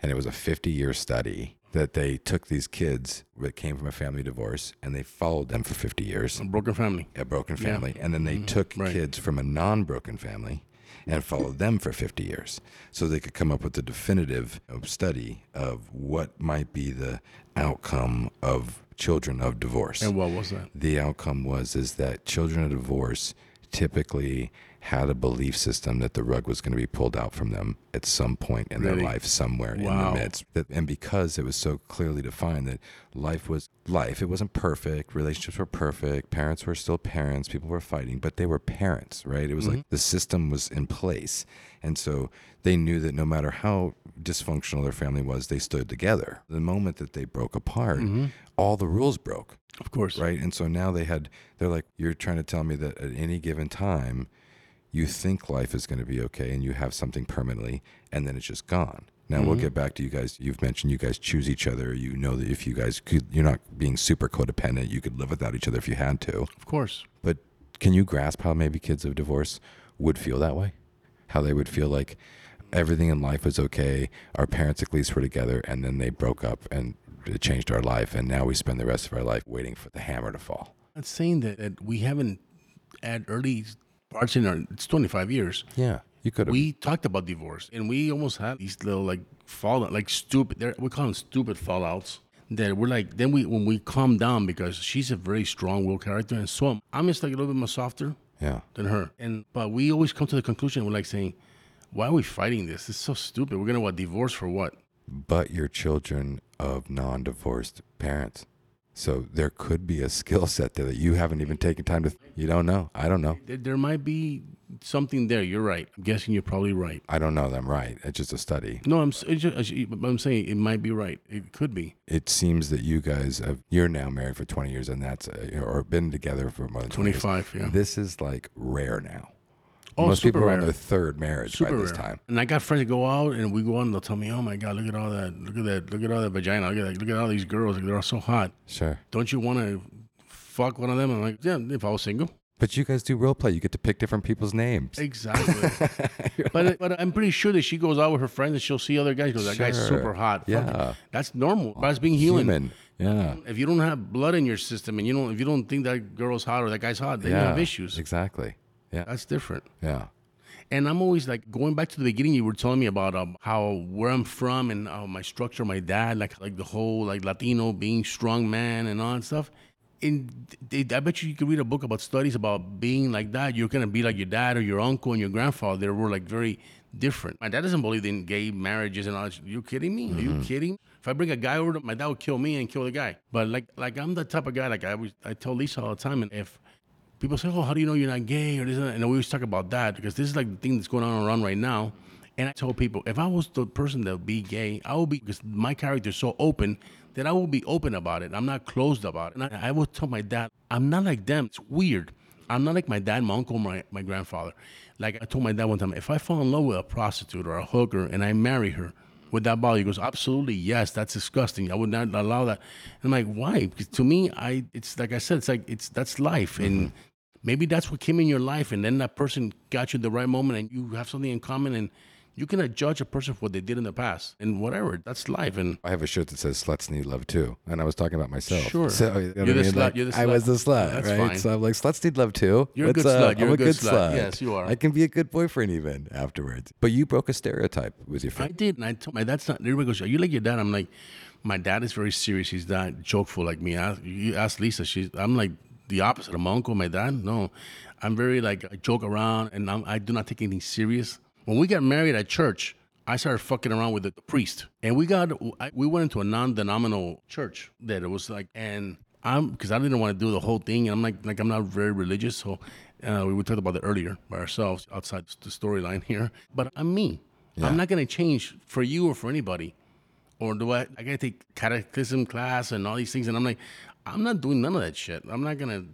And it was a 50 year study that they took these kids that came from a family divorce and they followed them for 50 years,
A broken family.
a broken family. And then they took
Mm-hmm. right.
kids from a non broken family and followed them for 50 years so they could come up with a definitive uh, study of what might be the outcome of children of divorce
And what was that?
the outcome was is that children of divorce typically had a belief system that the rug was going to be pulled out from them at some point in
Really?
their life somewhere
Wow.
in the midst That- and because it was so clearly defined that life was life it wasn't perfect relationships were perfect parents were still parents people were fighting but they were parents right it was
Mm-hmm.
like the system was in place and so they knew that no matter how dysfunctional their family was they stood together the moment that they broke apart
Mm-hmm.
all the rules broke
Of course.
Right. And so now they had, they're like, you're trying to tell me that at any given time, you think life is going to be okay and you have something permanently, and then it's just gone. Now we'll get back to you guys. You've mentioned you guys choose each other. You know that if you guys could, you're not being super codependent, you could live without each other if you had to.
Of course.
But can you grasp how maybe kids of divorce would feel that way? How they would feel like everything in life was okay, our parents at least were together, and then they broke up and it changed our life, and now we spend the rest of our life waiting for the hammer to fall.
Not saying that, that we haven't had early parts in our it's 25 years.
Yeah, you could have.
We talked about divorce, and we almost had these little like fallout, like stupid. they're- We call them stupid fallouts. That we're like, then we when we calm down because she's a very strong will character, and so am. I'm just like a little bit more softer
Yeah,
than her. And but we always come to the conclusion we're like saying, why are we fighting this? It's so stupid. We're gonna what divorce for what?
but your children of non-divorced parents. So there could be a skill set there that you haven't even taken time to. You don't know. I don't know.
There, there might be something there. You're right. I'm guessing you're probably right.
I don't know. that I'm right. It's just a study.
No, I'm. s- It's just, but I'm saying it might be right. It could be.
it seems that you guys have, you're now married for 20 years and that's uh, you know, or been together for more than 20 years.
25. Yeah.
This is like rare now.
Oh,
Most
super
people are on
rare.
their third marriage by this time.
And I got friends that go out and we go out and they'll tell me, "Oh my God, look at all that! Look at that! Look at all that vagina! Look at that! Look at all these girls! Like, they're all so hot.
Sure.
Don't you want to fuck one of them?" I'm like, "Yeah, if I was single,
But you guys do role play. You get to pick different people's names.
exactly." but but I'm pretty sure that she goes out with her friends and she'll see other guys. She Goes, that guy's
Sure.
super hot. Fuck
Yeah.
it. that's normal. That's being human.
Yeah.
If you don't have blood in your system and you don't, if you don't think that girl's hot or that guy's hot, then you
yeah.
have issues.
Exactly. Yeah.
That's different.
Yeah.
And I'm always like going back to the beginning. You were telling me about um, how where I'm from and uh, my structure, my dad, like like the whole like Latino being strong man and all that stuff. And they, I bet you you could read a book about studies about being like that. You're gonna be like your dad or your uncle and your grandfather. They were like very different. My dad doesn't believe in gay marriages and all. That. You kidding me? Are you kidding? If I bring a guy over, to- my dad would kill me and kill the guy. But like like I'm the type of guy like I always I tell Lisa all the time. And if people say, "Oh, how do you know you're not gay?" or this and, that? and we always talk about that because this is like the thing that's going on around right now. And I told people, if I was the person that would be gay, I would be because my character is so open that I will be open about it. I'm not closed about it. And I, I would tell my dad, I'm not like them. It's weird. I'm not like my dad, my uncle, my, my grandfather. Like I told my dad one time, if I fall in love with a prostitute or a hooker and I marry her, would that bother you? He goes, absolutely, yes. That's disgusting. I would not allow that. And I'm like, why? Because to me, I it's like I said, it's like it's that's life, and maybe that's what came in your life, and then that person got you the right moment, and you have something in common, and you cannot judge a person for what they did in the past, and whatever. That's life, and
I have a shirt that says "Sluts Need Love Too," and I was talking about myself.
Sure.
So, you know
You're
what I
the
mean?
slut,
Like,
you're the
I
slut.
was the slut,
That's
right?
fine.
So I'm like, "Sluts need love too."
You're a
What's
good slut.
up?
You're
I'm
a
a
good
good
slut. Yes, you are.
I can be a good boyfriend even afterwards. But you broke a stereotype with your
I
friend.
did, and I told my dad's not. Everybody goes, "Are you like your dad?" I'm like, my dad is very serious. He's not jokeful like me. I, you ask Lisa, she's. I'm like the opposite of my uncle, my dad. No, I'm very like I joke around, and I'm, I do not take anything serious. When we got married at church, I started fucking around with the, the priest, and we got I, we went into a non-denominational church that it was like, and I'm because I didn't want to do the whole thing, and I'm like like I'm not very religious, so. Uh, we talked about that earlier by ourselves outside the storyline here, but I'm me. I'm not going to change for you or for anybody. Or do I, I gotta take catechism class and all these things? And I'm like, I'm not doing none of that shit. I'm not gonna,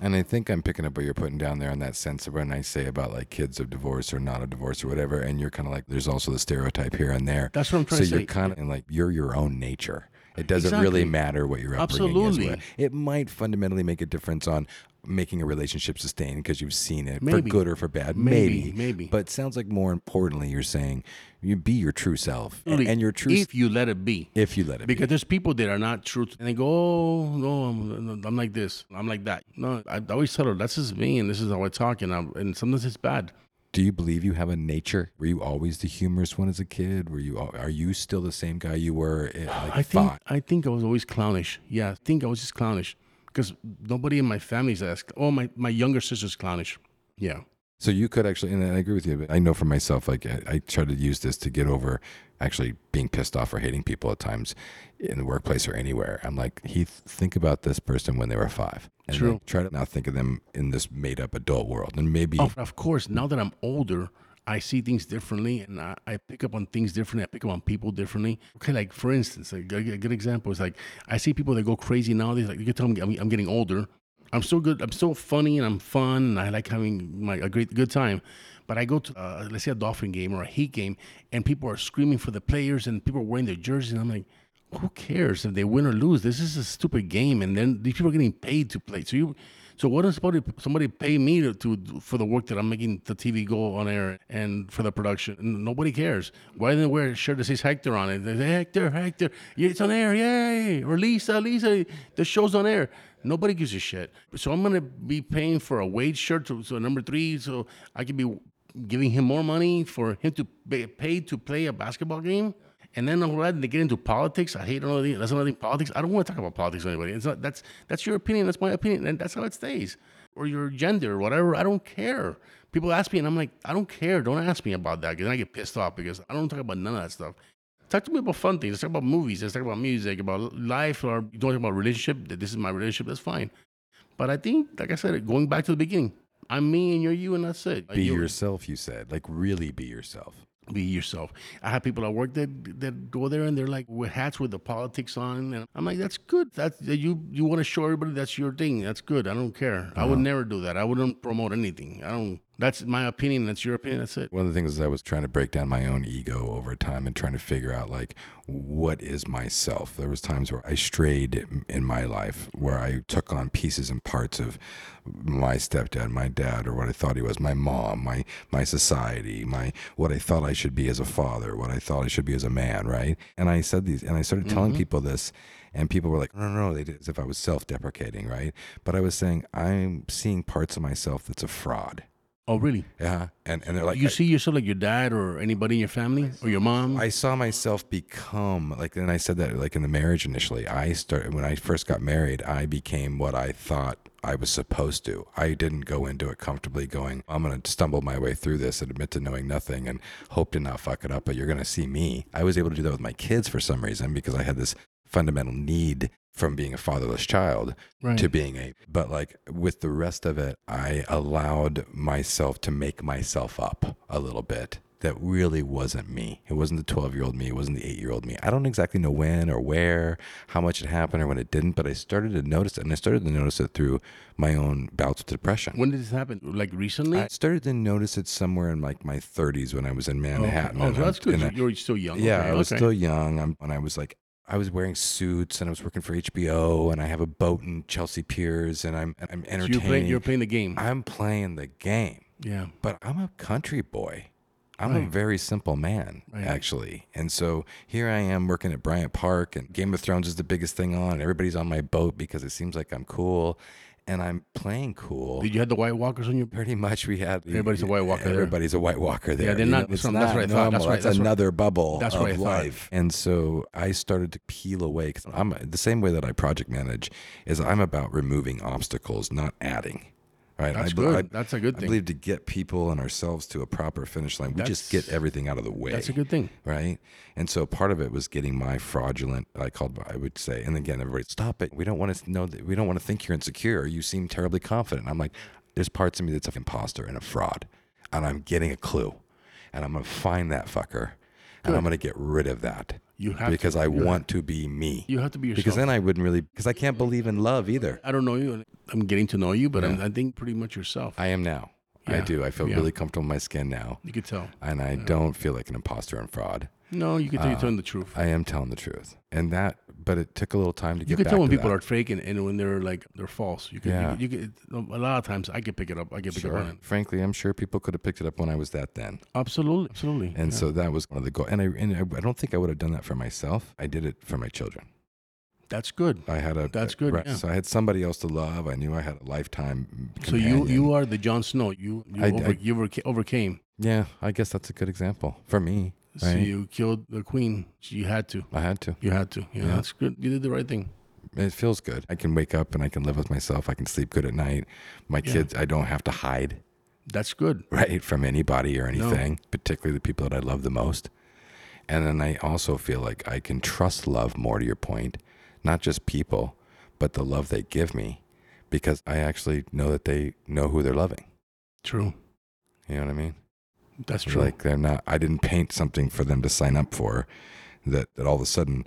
And I think I'm picking up what you're putting down there in that sense of when I say about like kids of divorce or not a divorce or whatever. And you're kind of like, there's also the stereotype here and there.
that's what I'm trying
so
to say.
you're kind of like you're your own nature. It doesn't really
Exactly.
matter what your upbringing is.
Absolutely.
but It might fundamentally make a difference on making a relationship sustain because you've seen it for
Maybe.
good or for bad.
Maybe,
Maybe,
maybe.
But it sounds like more importantly, you're saying you be your true self and,
Absolutely.
and your true if,
if you let it be.
if you let it.
Because there's people that are not true, to- and they go, "Oh no, I'm, I'm like this, I'm like that." No, I I always tell her that's just me, and this is how I talk, and I'm, and sometimes it's bad.
be. Do you believe you have a nature? Were you always the humorous one as a kid? Were you? al- Are you still the same guy you were at like
I think
five?
I think I was always clownish. Yeah, I think I was just clownish because nobody in my family's asked. Oh, my my younger sister's clownish. Yeah,
So you could actually, and I agree with you, but I know for myself, like I, I try to use this to get over actually being pissed off or hating people at times in the workplace or anywhere. I'm like, Heath, think about this person when they were five. And
True.
like, try to not think of them in this made up adult world. And maybe,
of, of course. Now that I'm older, I see things differently, and I, I pick up on things differently. I pick up on people differently. Okay, like for instance, a good, a good example is like I see people that go crazy nowadays. Like you can tell I'm, I'm, I'm getting older. I'm still good. I'm still funny, and I'm fun, and I like having my a great good time. But I go to uh, let's say a Dolphin game or a Heat game, and people are screaming for the players, and people are wearing their jerseys, and I'm like. who cares if they win or lose? This is a stupid game, and then these people are getting paid to play. So you, so what does somebody somebody pay me to, to for the work that I'm making the TV go on air and for the production? And nobody cares. Why didn't they wear a shirt that says Hector on it? They say, Hector, Hector, yeah, it's on air, yay! Or Lisa, Lisa, uh, the show's on air. Nobody gives a shit. So I'm gonna be paying for a wage shirt, to, so number three, so I can be giving him more money for him to pay, pay to play a basketball game. And then all right, they get into politics. I hate another thing. That's another thing. Politics. I don't want to talk about politics with anybody. It's not, that's that's your opinion. That's my opinion, and that's how it stays. Or your gender, or whatever. I don't care. People ask me, and I'm like, I don't care. Don't ask me about that because I get pissed off because I don't talk about none of that stuff. Talk to me about fun things. Let's talk about movies. Let's talk about music, about life, or you don't talk about relationship. That this is my relationship. That's fine. But I think, like I said, going back to the beginning, I'm me and you're you, and that's it.
be
You're-
yourself, you said. Like, really be yourself.
be yourself. I have people at work that that go there and they're like with hats with the politics on, and I'm like, that's good. That's that you you want to show everybody that's your thing. That's good. I don't care. I would never do that. I wouldn't promote anything. I don't. That's my opinion. That's your opinion. That's it.
One of the things is I was trying to break down my own ego over time and trying to figure out like what is myself. There was times where I strayed in my life where I took on pieces and parts of my stepdad, my dad, or what I thought he was, my mom, my my society, my what I thought I should be as a father, what I thought I should be as a man, right? And I said these, and I started telling people this, and people were like, "No, no, no," they did as if I was self-deprecating, right? But I was saying I'm seeing parts of myself that's a fraud.
Oh, really?
Yeah, and and they're like,
You see yourself like your dad or anybody in your family or your mom?
I saw myself become like, and I said that like in the marriage initially. I started when I first got married. I became what I thought I was supposed to. I didn't go into it comfortably, going, "I'm going to stumble my way through this and admit to knowing nothing and hope to not fuck it up." But you're going to see me. I was able to do that with my kids for some reason because I had this fundamental need from being a fatherless child
right.
to being a but like with the rest of it i allowed myself to make myself up a little bit that really wasn't me it wasn't the 12 year old me it wasn't the 8 year old me i don't exactly know when or where how much it happened or when it didn't but i started to notice it and i started to notice it through my own bouts of depression
when did this happen? Like recently?
i started to notice it somewhere in like my 30s when i was in manhattan
oh,
and
so
I'm-
that's good.
and
You-
I-
You're still young.
yeah,
Okay,
I was
okay.
still young. I'm, when I was like, I was wearing suits and I was working for HBO and I have a boat in Chelsea Piers and I'm and I'm
So
entertaining.
you're playing. You're playing the game.
I'm playing the game,
yeah.
but I'm a country boy. I'm a
Right.
very simple man,
Right.
actually. And so here I am working at Bryant Park, and Game of Thrones is the biggest thing on. And everybody's on my boat because it seems like I'm cool, and I'm playing cool.
Did you have the White Walkers on your?
Pretty much, we had
Everybody's a White Walker there.
Everybody's a White Walker there.
Yeah, they're
you
not-
know, it's
so that's what I thought,
normal.
that's what I-
That's
that's what-
another bubble
that's
of
what I thought.
life. And so I started to peel away. Cause I'm the same way that I project manage is I'm about removing obstacles, not adding. Right?
That's
I, bel-
good.
I,
that's a good
I
thing.
believe to get people and ourselves to a proper finish line, we just
That's-
get everything out of the way
That's a good thing.
right? And so part of it was getting my fraudulent, I called, I would say, and again, everybody, stop it. We don't want to know that, we don't want to think you're insecure. You seem terribly confident. I'm like, there's parts of me that's an imposter and a fraud, and I'm getting a clue, and I'm going to find that fucker, and I'm going to get rid of that.
You have
because
to,
I
you ha-
want to be me.
you have to be yourself.
because then I wouldn't really, because I can't believe in love either.
I don't know you. and I'm getting to know you, but I'm,
Yeah.
I think pretty much yourself.
I am now. I
Yeah.
do. I feel
Yeah.
really comfortable in my skin now.
you could tell.
And I don't feel like an imposter and fraud.
No, you could tell you're telling the truth.
Uh, I am telling the truth. And that, but it took a little time to
you
get
can
back
tell when
to
people
that.
are fake and, and when they're like they're false. You can,
Yeah.
you, can- you can, a lot of times I can pick it up. I can pick up on
Sure.
it.
Frankly, I'm sure people could have picked it up when I was that then.
Absolutely, absolutely.
And so that was one of the goals. And, I, and I, I don't think I would have done that for myself. I did it for my children.
that's good.
I had a.
That's good, yeah.
So I had somebody else to love. I knew I had a lifetime.
So you
companion.
you are the Jon Snow. You you,
I-
over,
I-
you overca- overcame.
Yeah, I guess that's a good example for me.
So
Right.
you killed the queen. So you had to.
I had to.
You had to. Yeah,
Yeah.
that's good. You did the right thing.
It feels good. I can wake up and I can live with myself. I can sleep good at night. My
Yeah.
kids, I don't have to hide
That's good.
right from anybody or anything, particularly the people that I love the most. And then I also feel like I can trust love more to your point, not just people, but the love they give me because I actually know that they know who they're loving.
True.
You know what I mean?
That's true.
Like they're not. I didn't paint something for them to sign up for. That that all of a sudden,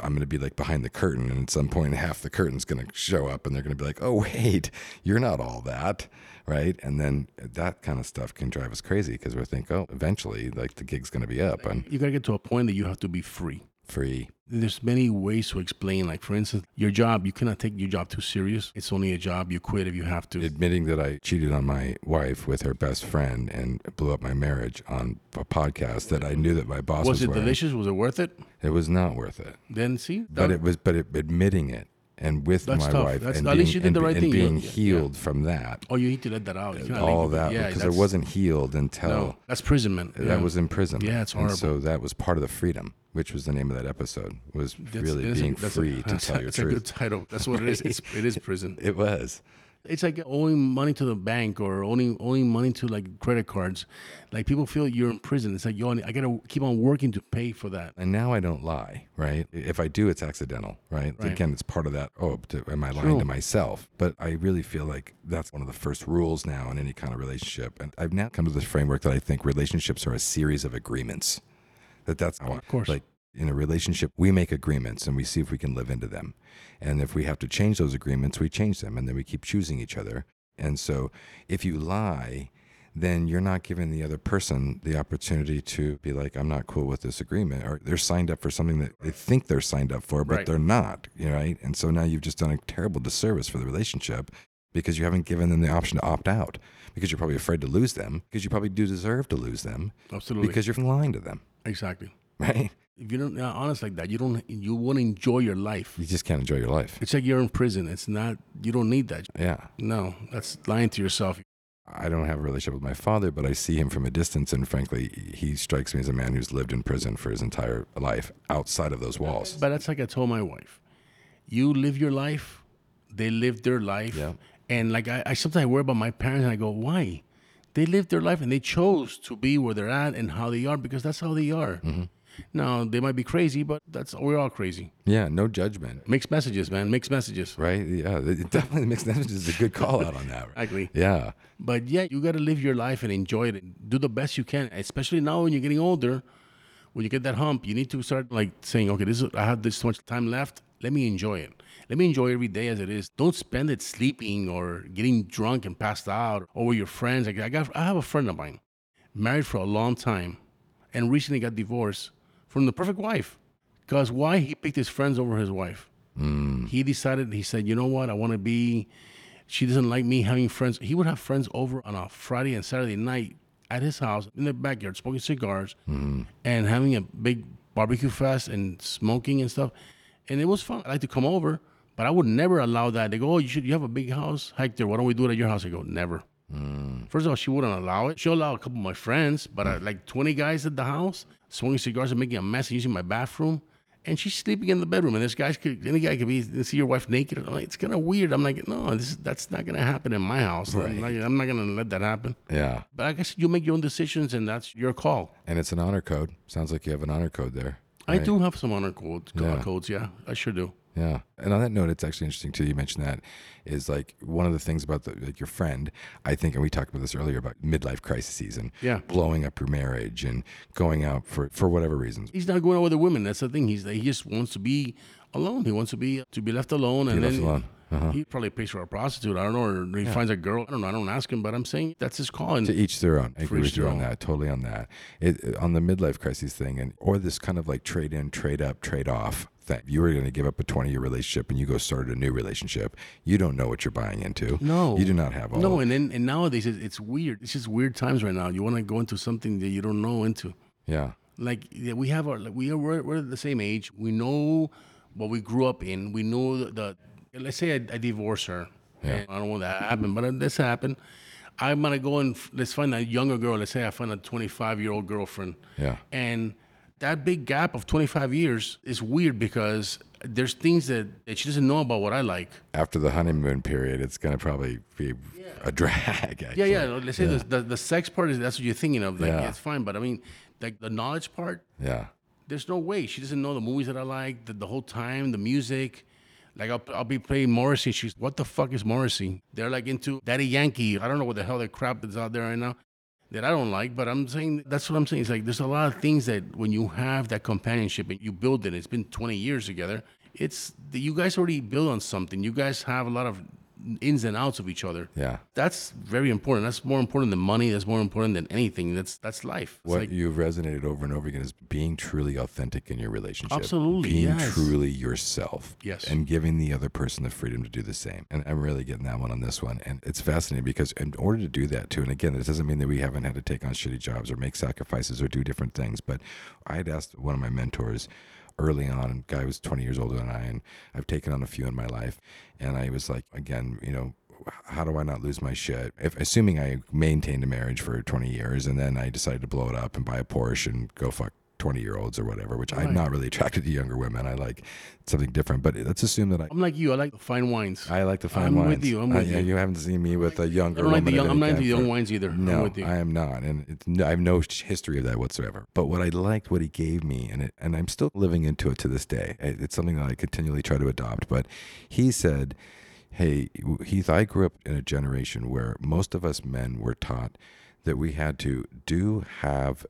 I'm going to be like behind the curtain, and at some point, half the curtain's going to show up, and they're going to be like, "Oh wait, you're not all that, right?" And then that kind of stuff can drive us crazy because we think, "Oh, eventually, like the gig's going to be up. I'm
you gotta get to a point that you have to be free.
free."
There's many ways to explain. Like for instance, your job. You cannot take your job too serious. It's only a job. You quit if you have to.
Admitting that I cheated on my wife with her best friend and blew up my marriage on a podcast that I knew that my boss was,
was it
wearing,
delicious? Was it worth it?
it was not worth it.
Then see.
but it was but it, admitting it and with
That's
my
tough.
wife
That's-
and
at
being,
least you did
and
the
be-
right
and
thing. You-
being
yeah, yeah.
healed from that
oh, you need to let that out. You cannot leave
all
it-
that
yeah,
because I
that's-
wasn't healed until
No, that's imprisonment.
that
yeah.
was in prison
Yeah, it's
and so that was part of the freedom which was the name of that episode was
That's-
really
that's a-
being
that's a-
free to
that's a-
tell your
That's a good
truth
title. That's what it is. It's, it is prison.
it was
It's like owing money to the bank or owing owing money to like credit cards. Like people feel you're in prison. It's like yo, I gotta keep on working to pay for that.
and now I don't lie, right? If I do, it's accidental, right?
Right.
Again, it's part of that. Oh, d- am I lying
True.
to myself? But I really feel like that's one of the first rules now in any kind of relationship. And I've now come to this framework that I think relationships are a series of agreements. That that's how,
Of course.
like in a relationship, we make agreements and we see if we can live into them. And if we have to change those agreements, we change them, and then we keep choosing each other. And so, if you lie, then you're not giving the other person the opportunity to be like, I'm not cool with this agreement, or they're signed up for something that they think they're signed up for, but
Right.
they're not, you know, right? And so now you've just done a terrible disservice for the relationship because you haven't given them the option to opt out because you're probably afraid to lose them because you probably do deserve to lose them
Absolutely.
because you're lying to them,
exactly.
right?
If you don't not honest like that, you don't you won't enjoy your life.
You just can't enjoy your life.
It's like you're in prison. It's not. You don't need that.
Yeah.
No, that's lying to yourself.
I don't have a relationship with my father, but I see him from a distance, and frankly, he strikes me as a man who's lived in prison for his entire life outside of those walls.
But that's like I told my wife. You live your life, they live their life.
Yeah.
And like I, I sometimes worry about my parents and I go, why? They lived their life and they chose to be where they're at and how they are because that's how they are. Now they might be crazy, but that's we're all crazy.
Yeah, no judgment,
Mixed messages, man. Mixed messages.
right? Yeah, it definitely makes that is a good call out on that. Right?
Exactly.
Yeah,
But yeah, you got to live your life and enjoy it and do the best you can, especially now when you're getting older. When you get that hump, you need to start like saying, okay, this is, I have this much time left. Let me enjoy it. Let me enjoy every day as it is. Don't spend it sleeping or getting drunk and passed out or with your friends. Like I got, I have a friend of mine, married for a long time, and recently got divorced from the perfect wife. Cause why he picked his friends over his wife? He decided. He said, you know what? I want to be she doesn't like me having friends. He would have friends over on a Friday and Saturday night at his house in the backyard, smoking cigars and having a big barbecue fest and smoking and stuff. And it was fun. I like to come over, but I would never allow that. They go, "Oh, you should. You have a big house, Hector. Why don't we do it at your house?" I go, "Never." First of all, she wouldn't allow it. She allowed a couple of my friends, but uh, like 20 guys at the house, smoking cigars and making a mess and using my bathroom. And she's sleeping in the bedroom, and this guy could any guy could be see your wife naked. I'm like, it's kind of weird. I'm like, no, this is, that's not gonna happen in my house. I'm, not, I'm not gonna let that happen.
yeah.
But I guess you make your own decisions, and that's your call.
And it's an honor code. Sounds like you have an honor code there.
I do have some honor codes,
Yeah.
codes. Yeah, I sure do.
Yeah. And on that note, it's actually interesting too. You mentioned that is like one of the things about the, like your friend, I think, and we talked about this earlier about midlife crises and
Yeah.
blowing up your marriage and going out for, for whatever reasons.
He's not going out with the women. That's the thing. He's he just wants to be alone. He wants to be to be left alone. and
left
then
alone. Uh-huh.
He probably pays for a prostitute. I don't know, or he finds a girl. I don't know. I don't ask him, but I'm saying that's his call. And
To each their own. I agree
each
with you
their
on
own.
that. Totally on that. It, on the midlife crises thing, and or this kind of like trade in, trade up, trade off thing. You were going to give up a twenty year relationship, and you go started a new relationship. You don't know what you're buying into.
No.
you do not have all.
no, and then and nowadays it's, it's weird. It's just weird times right now. You want to go into something that you don't know into.
yeah,
Like yeah, we have our like, we are we're, we're the same age. We know what we grew up in. We know the, the let's say I, I divorce her. And I don't want that to happen, but uh, this happened. I'm gonna go and f- let's find a younger girl. Let's say I find a 25 year old girlfriend.
Yeah.
And that big gap of 25 years is weird because there's things that, that she doesn't know about what I like.
after the honeymoon period, it's going to probably be a drag. Actually.
Yeah, yeah. no, Let's say the, the the sex part is that's what you're thinking of. Like,
Yeah.
yeah. it's fine, but I mean, like the knowledge part,
yeah.
there's no way she doesn't know the movies that I like, the, the whole time, the music. Like I'll, I'll be playing Morrissey. She's what the fuck is Morrissey? They're like into Daddy Yankee. I don't know what the hell that crap that's out there right now that I don't like. But I'm saying that's what I'm saying. It's like there's a lot of things that when you have that companionship and you build it, it's been 20 years together. It's you guys already build on something. You guys have a lot of ins and outs of each other
Yeah.
that's very important. That's more important than money. That's more important than anything. That's that's life. It's
What
like,
you've resonated over and over again is being truly authentic in your relationship.
Absolutely,
Being
yes.
truly yourself.
Yes.
And giving the other person the freedom to do the same. And I'm really getting that one on this one. And it's fascinating because in order to do that too, and again, this doesn't mean that we haven't had to take on shitty jobs or make sacrifices or do different things. But I had asked one of my mentors early on, and guy was 20 years older than I, and I've taken on a few in my life. And I was like, again, you know, how do I not lose my shit? If assuming I maintained a marriage for 20 years and then I decided to blow it up and buy a Porsche and go fuck 20 year olds or whatever, which I'm not really attracted to younger women. I like something different, but let's assume that I,
I'm like you. I like the fine wines. I,
I like the fine
I'm with
wines.
you, I'm
I-
with you.
haven't seen me with a younger
don't like the
woman of
young. I'm
any
not into
kind
young
for-
wines either. I'm
no,
with you.
I am not, and it's, no, I have no sh- history of that whatsoever. But what I liked, what he gave me, and it, and I'm still living into it to this day. It- It's something that I continually try to adopt. But he said, "Hey, w- Heath, I grew up in a generation where most of us men were taught that we had to do, have,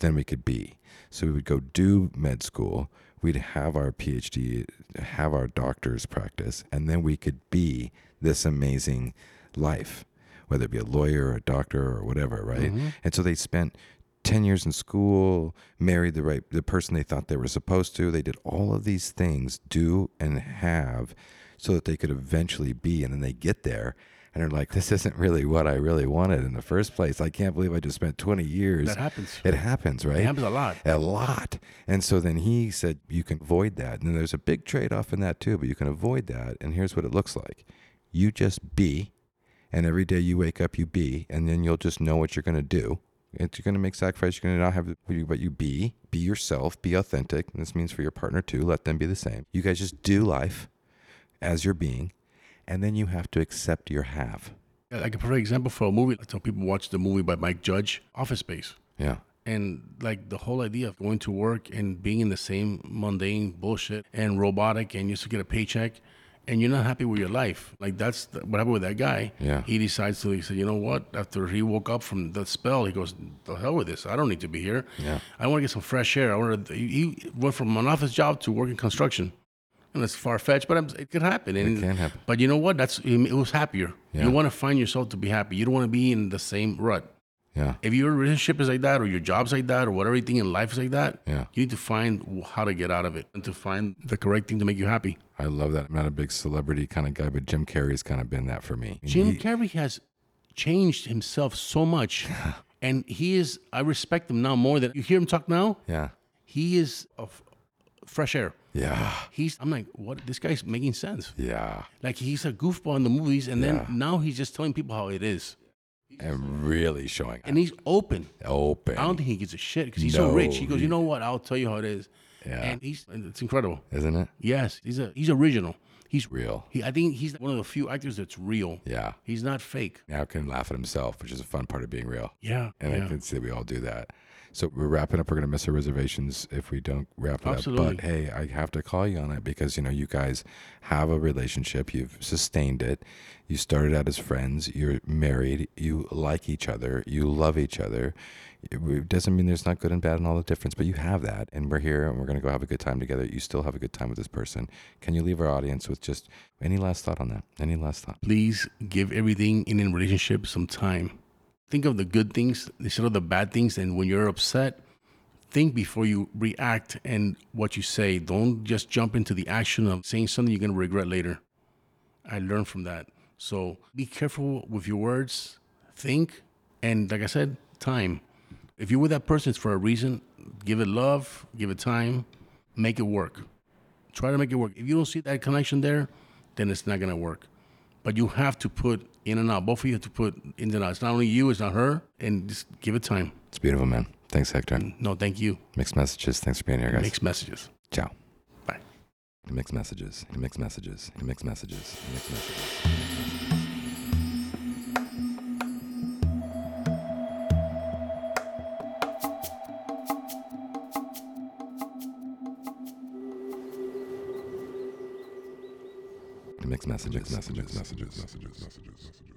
then we could be. So we would go do med school." We'd have our PhD, have our doctor's practice, and then we could be this amazing life whether it be a lawyer or a doctor or whatever, right?
Mm-hmm.
And so they spent 10 years in school, married the right the person they thought they were supposed to. They did all of these things, do and have so that they could eventually be and then they get there and they're like this isn't really what I really wanted in the first place. I can't believe I just spent 20 years.
That happens.
It happens, right?
It happens a lot.
a lot. And so then he said, you can avoid that. And there's a big trade off in that too, but you can avoid that. And here's what it looks like you just be, and every day you wake up, you be, and then you'll just know what you're going to do. It's, you're going to make sacrifice. You're going to not have, but you be, be yourself, be authentic. And this means for your partner too, let them be the same. You guys just do life as you're being, and then you have to accept your have.
Like a perfect example for a movie. I tell people watch the movie by Mike Judge, Office Space,
Yeah.
and like the whole idea of going to work and being in the same mundane bullshit and robotic, and just to get a paycheck. And you're not happy with your life. Like that's the, what happened with that guy.
Yeah.
He decides to. He said, you know what? After he woke up from the spell, he goes, "The hell with this! I don't need to be here.
Yeah.
I want to get some fresh air. I want to. He he went from an office job to working construction, and it's far fetched, but I'm, it can happen. And,
can happen.
But you know what? That's it was happier.
Yeah.
You want to find yourself to be happy. You don't want to be in the same rut.
Yeah.
If your relationship is like that, or your job's like that, or whatever thing in life is like that,
Yeah.
you need to find how to get out of it and to find the correct thing to make you happy.
I love that. I'm not a big celebrity kind of guy, but Jim Carrey's kind of been that for me.
Jim Carrey has changed himself so much, and he is. I respect him now more than you hear him talk now.
Yeah.
He is of fresh air.
Yeah.
he's I'm like, what this guy's making sense.
Yeah.
Like he's a goofball in the movies and then now he's just telling people how it is.
And really showing
And he's open.
open.
I don't think he gives a shit because he's
No,
so rich. He goes,
he-
you know what? I'll tell you how it is.
Yeah.
And he's and it's incredible.
Isn't it?
Yes, he's a he's original. He's
Real.
He, I think he's one of the few actors that's real.
Yeah.
He's not fake.
Now can laugh at himself, which is a fun part of being real.
Yeah.
And I
yeah.
can see we all do that. So we're wrapping up. We're going to miss our reservations if we don't wrap it
Absolutely.
up. But hey, I have to call you on it because you know you guys have a relationship. You've sustained it. You started out as friends. You're married. You like each other. You love each other. It it doesn't mean there's not good and bad and all the difference, but you have that. And we're here and we're going to go have a good time together. You still have a good time with this person. Can you leave our audience with just any last thought on that? Any last thought?
Please give everything in a relationship some time. Think of the good things instead of the bad things. And when you're upset, think before you react and what you say. Don't just jump into the action of saying something you're going to regret later. I learned from that. So be careful with your words, think, and like I said, time. If you're with that person, it's for a reason. Give it love, give it time, make it work. Try to make it work. If you don't see that connection there, then it's not going to work. But you have to put in and out. Both of you have to put in and out. It's not only you, it's not her. And just give it time.
It's beautiful, man. Thanks, Hector.
No, thank you.
Mixed messages. Thanks for being here, guys.
Mixed messages.
Ciao.
Bye.
Mixed messages. Mixed messages. Mixed messages. Mixed messages. Mixed messages. Mixed messages. Messages. Messages. Messages. Messages.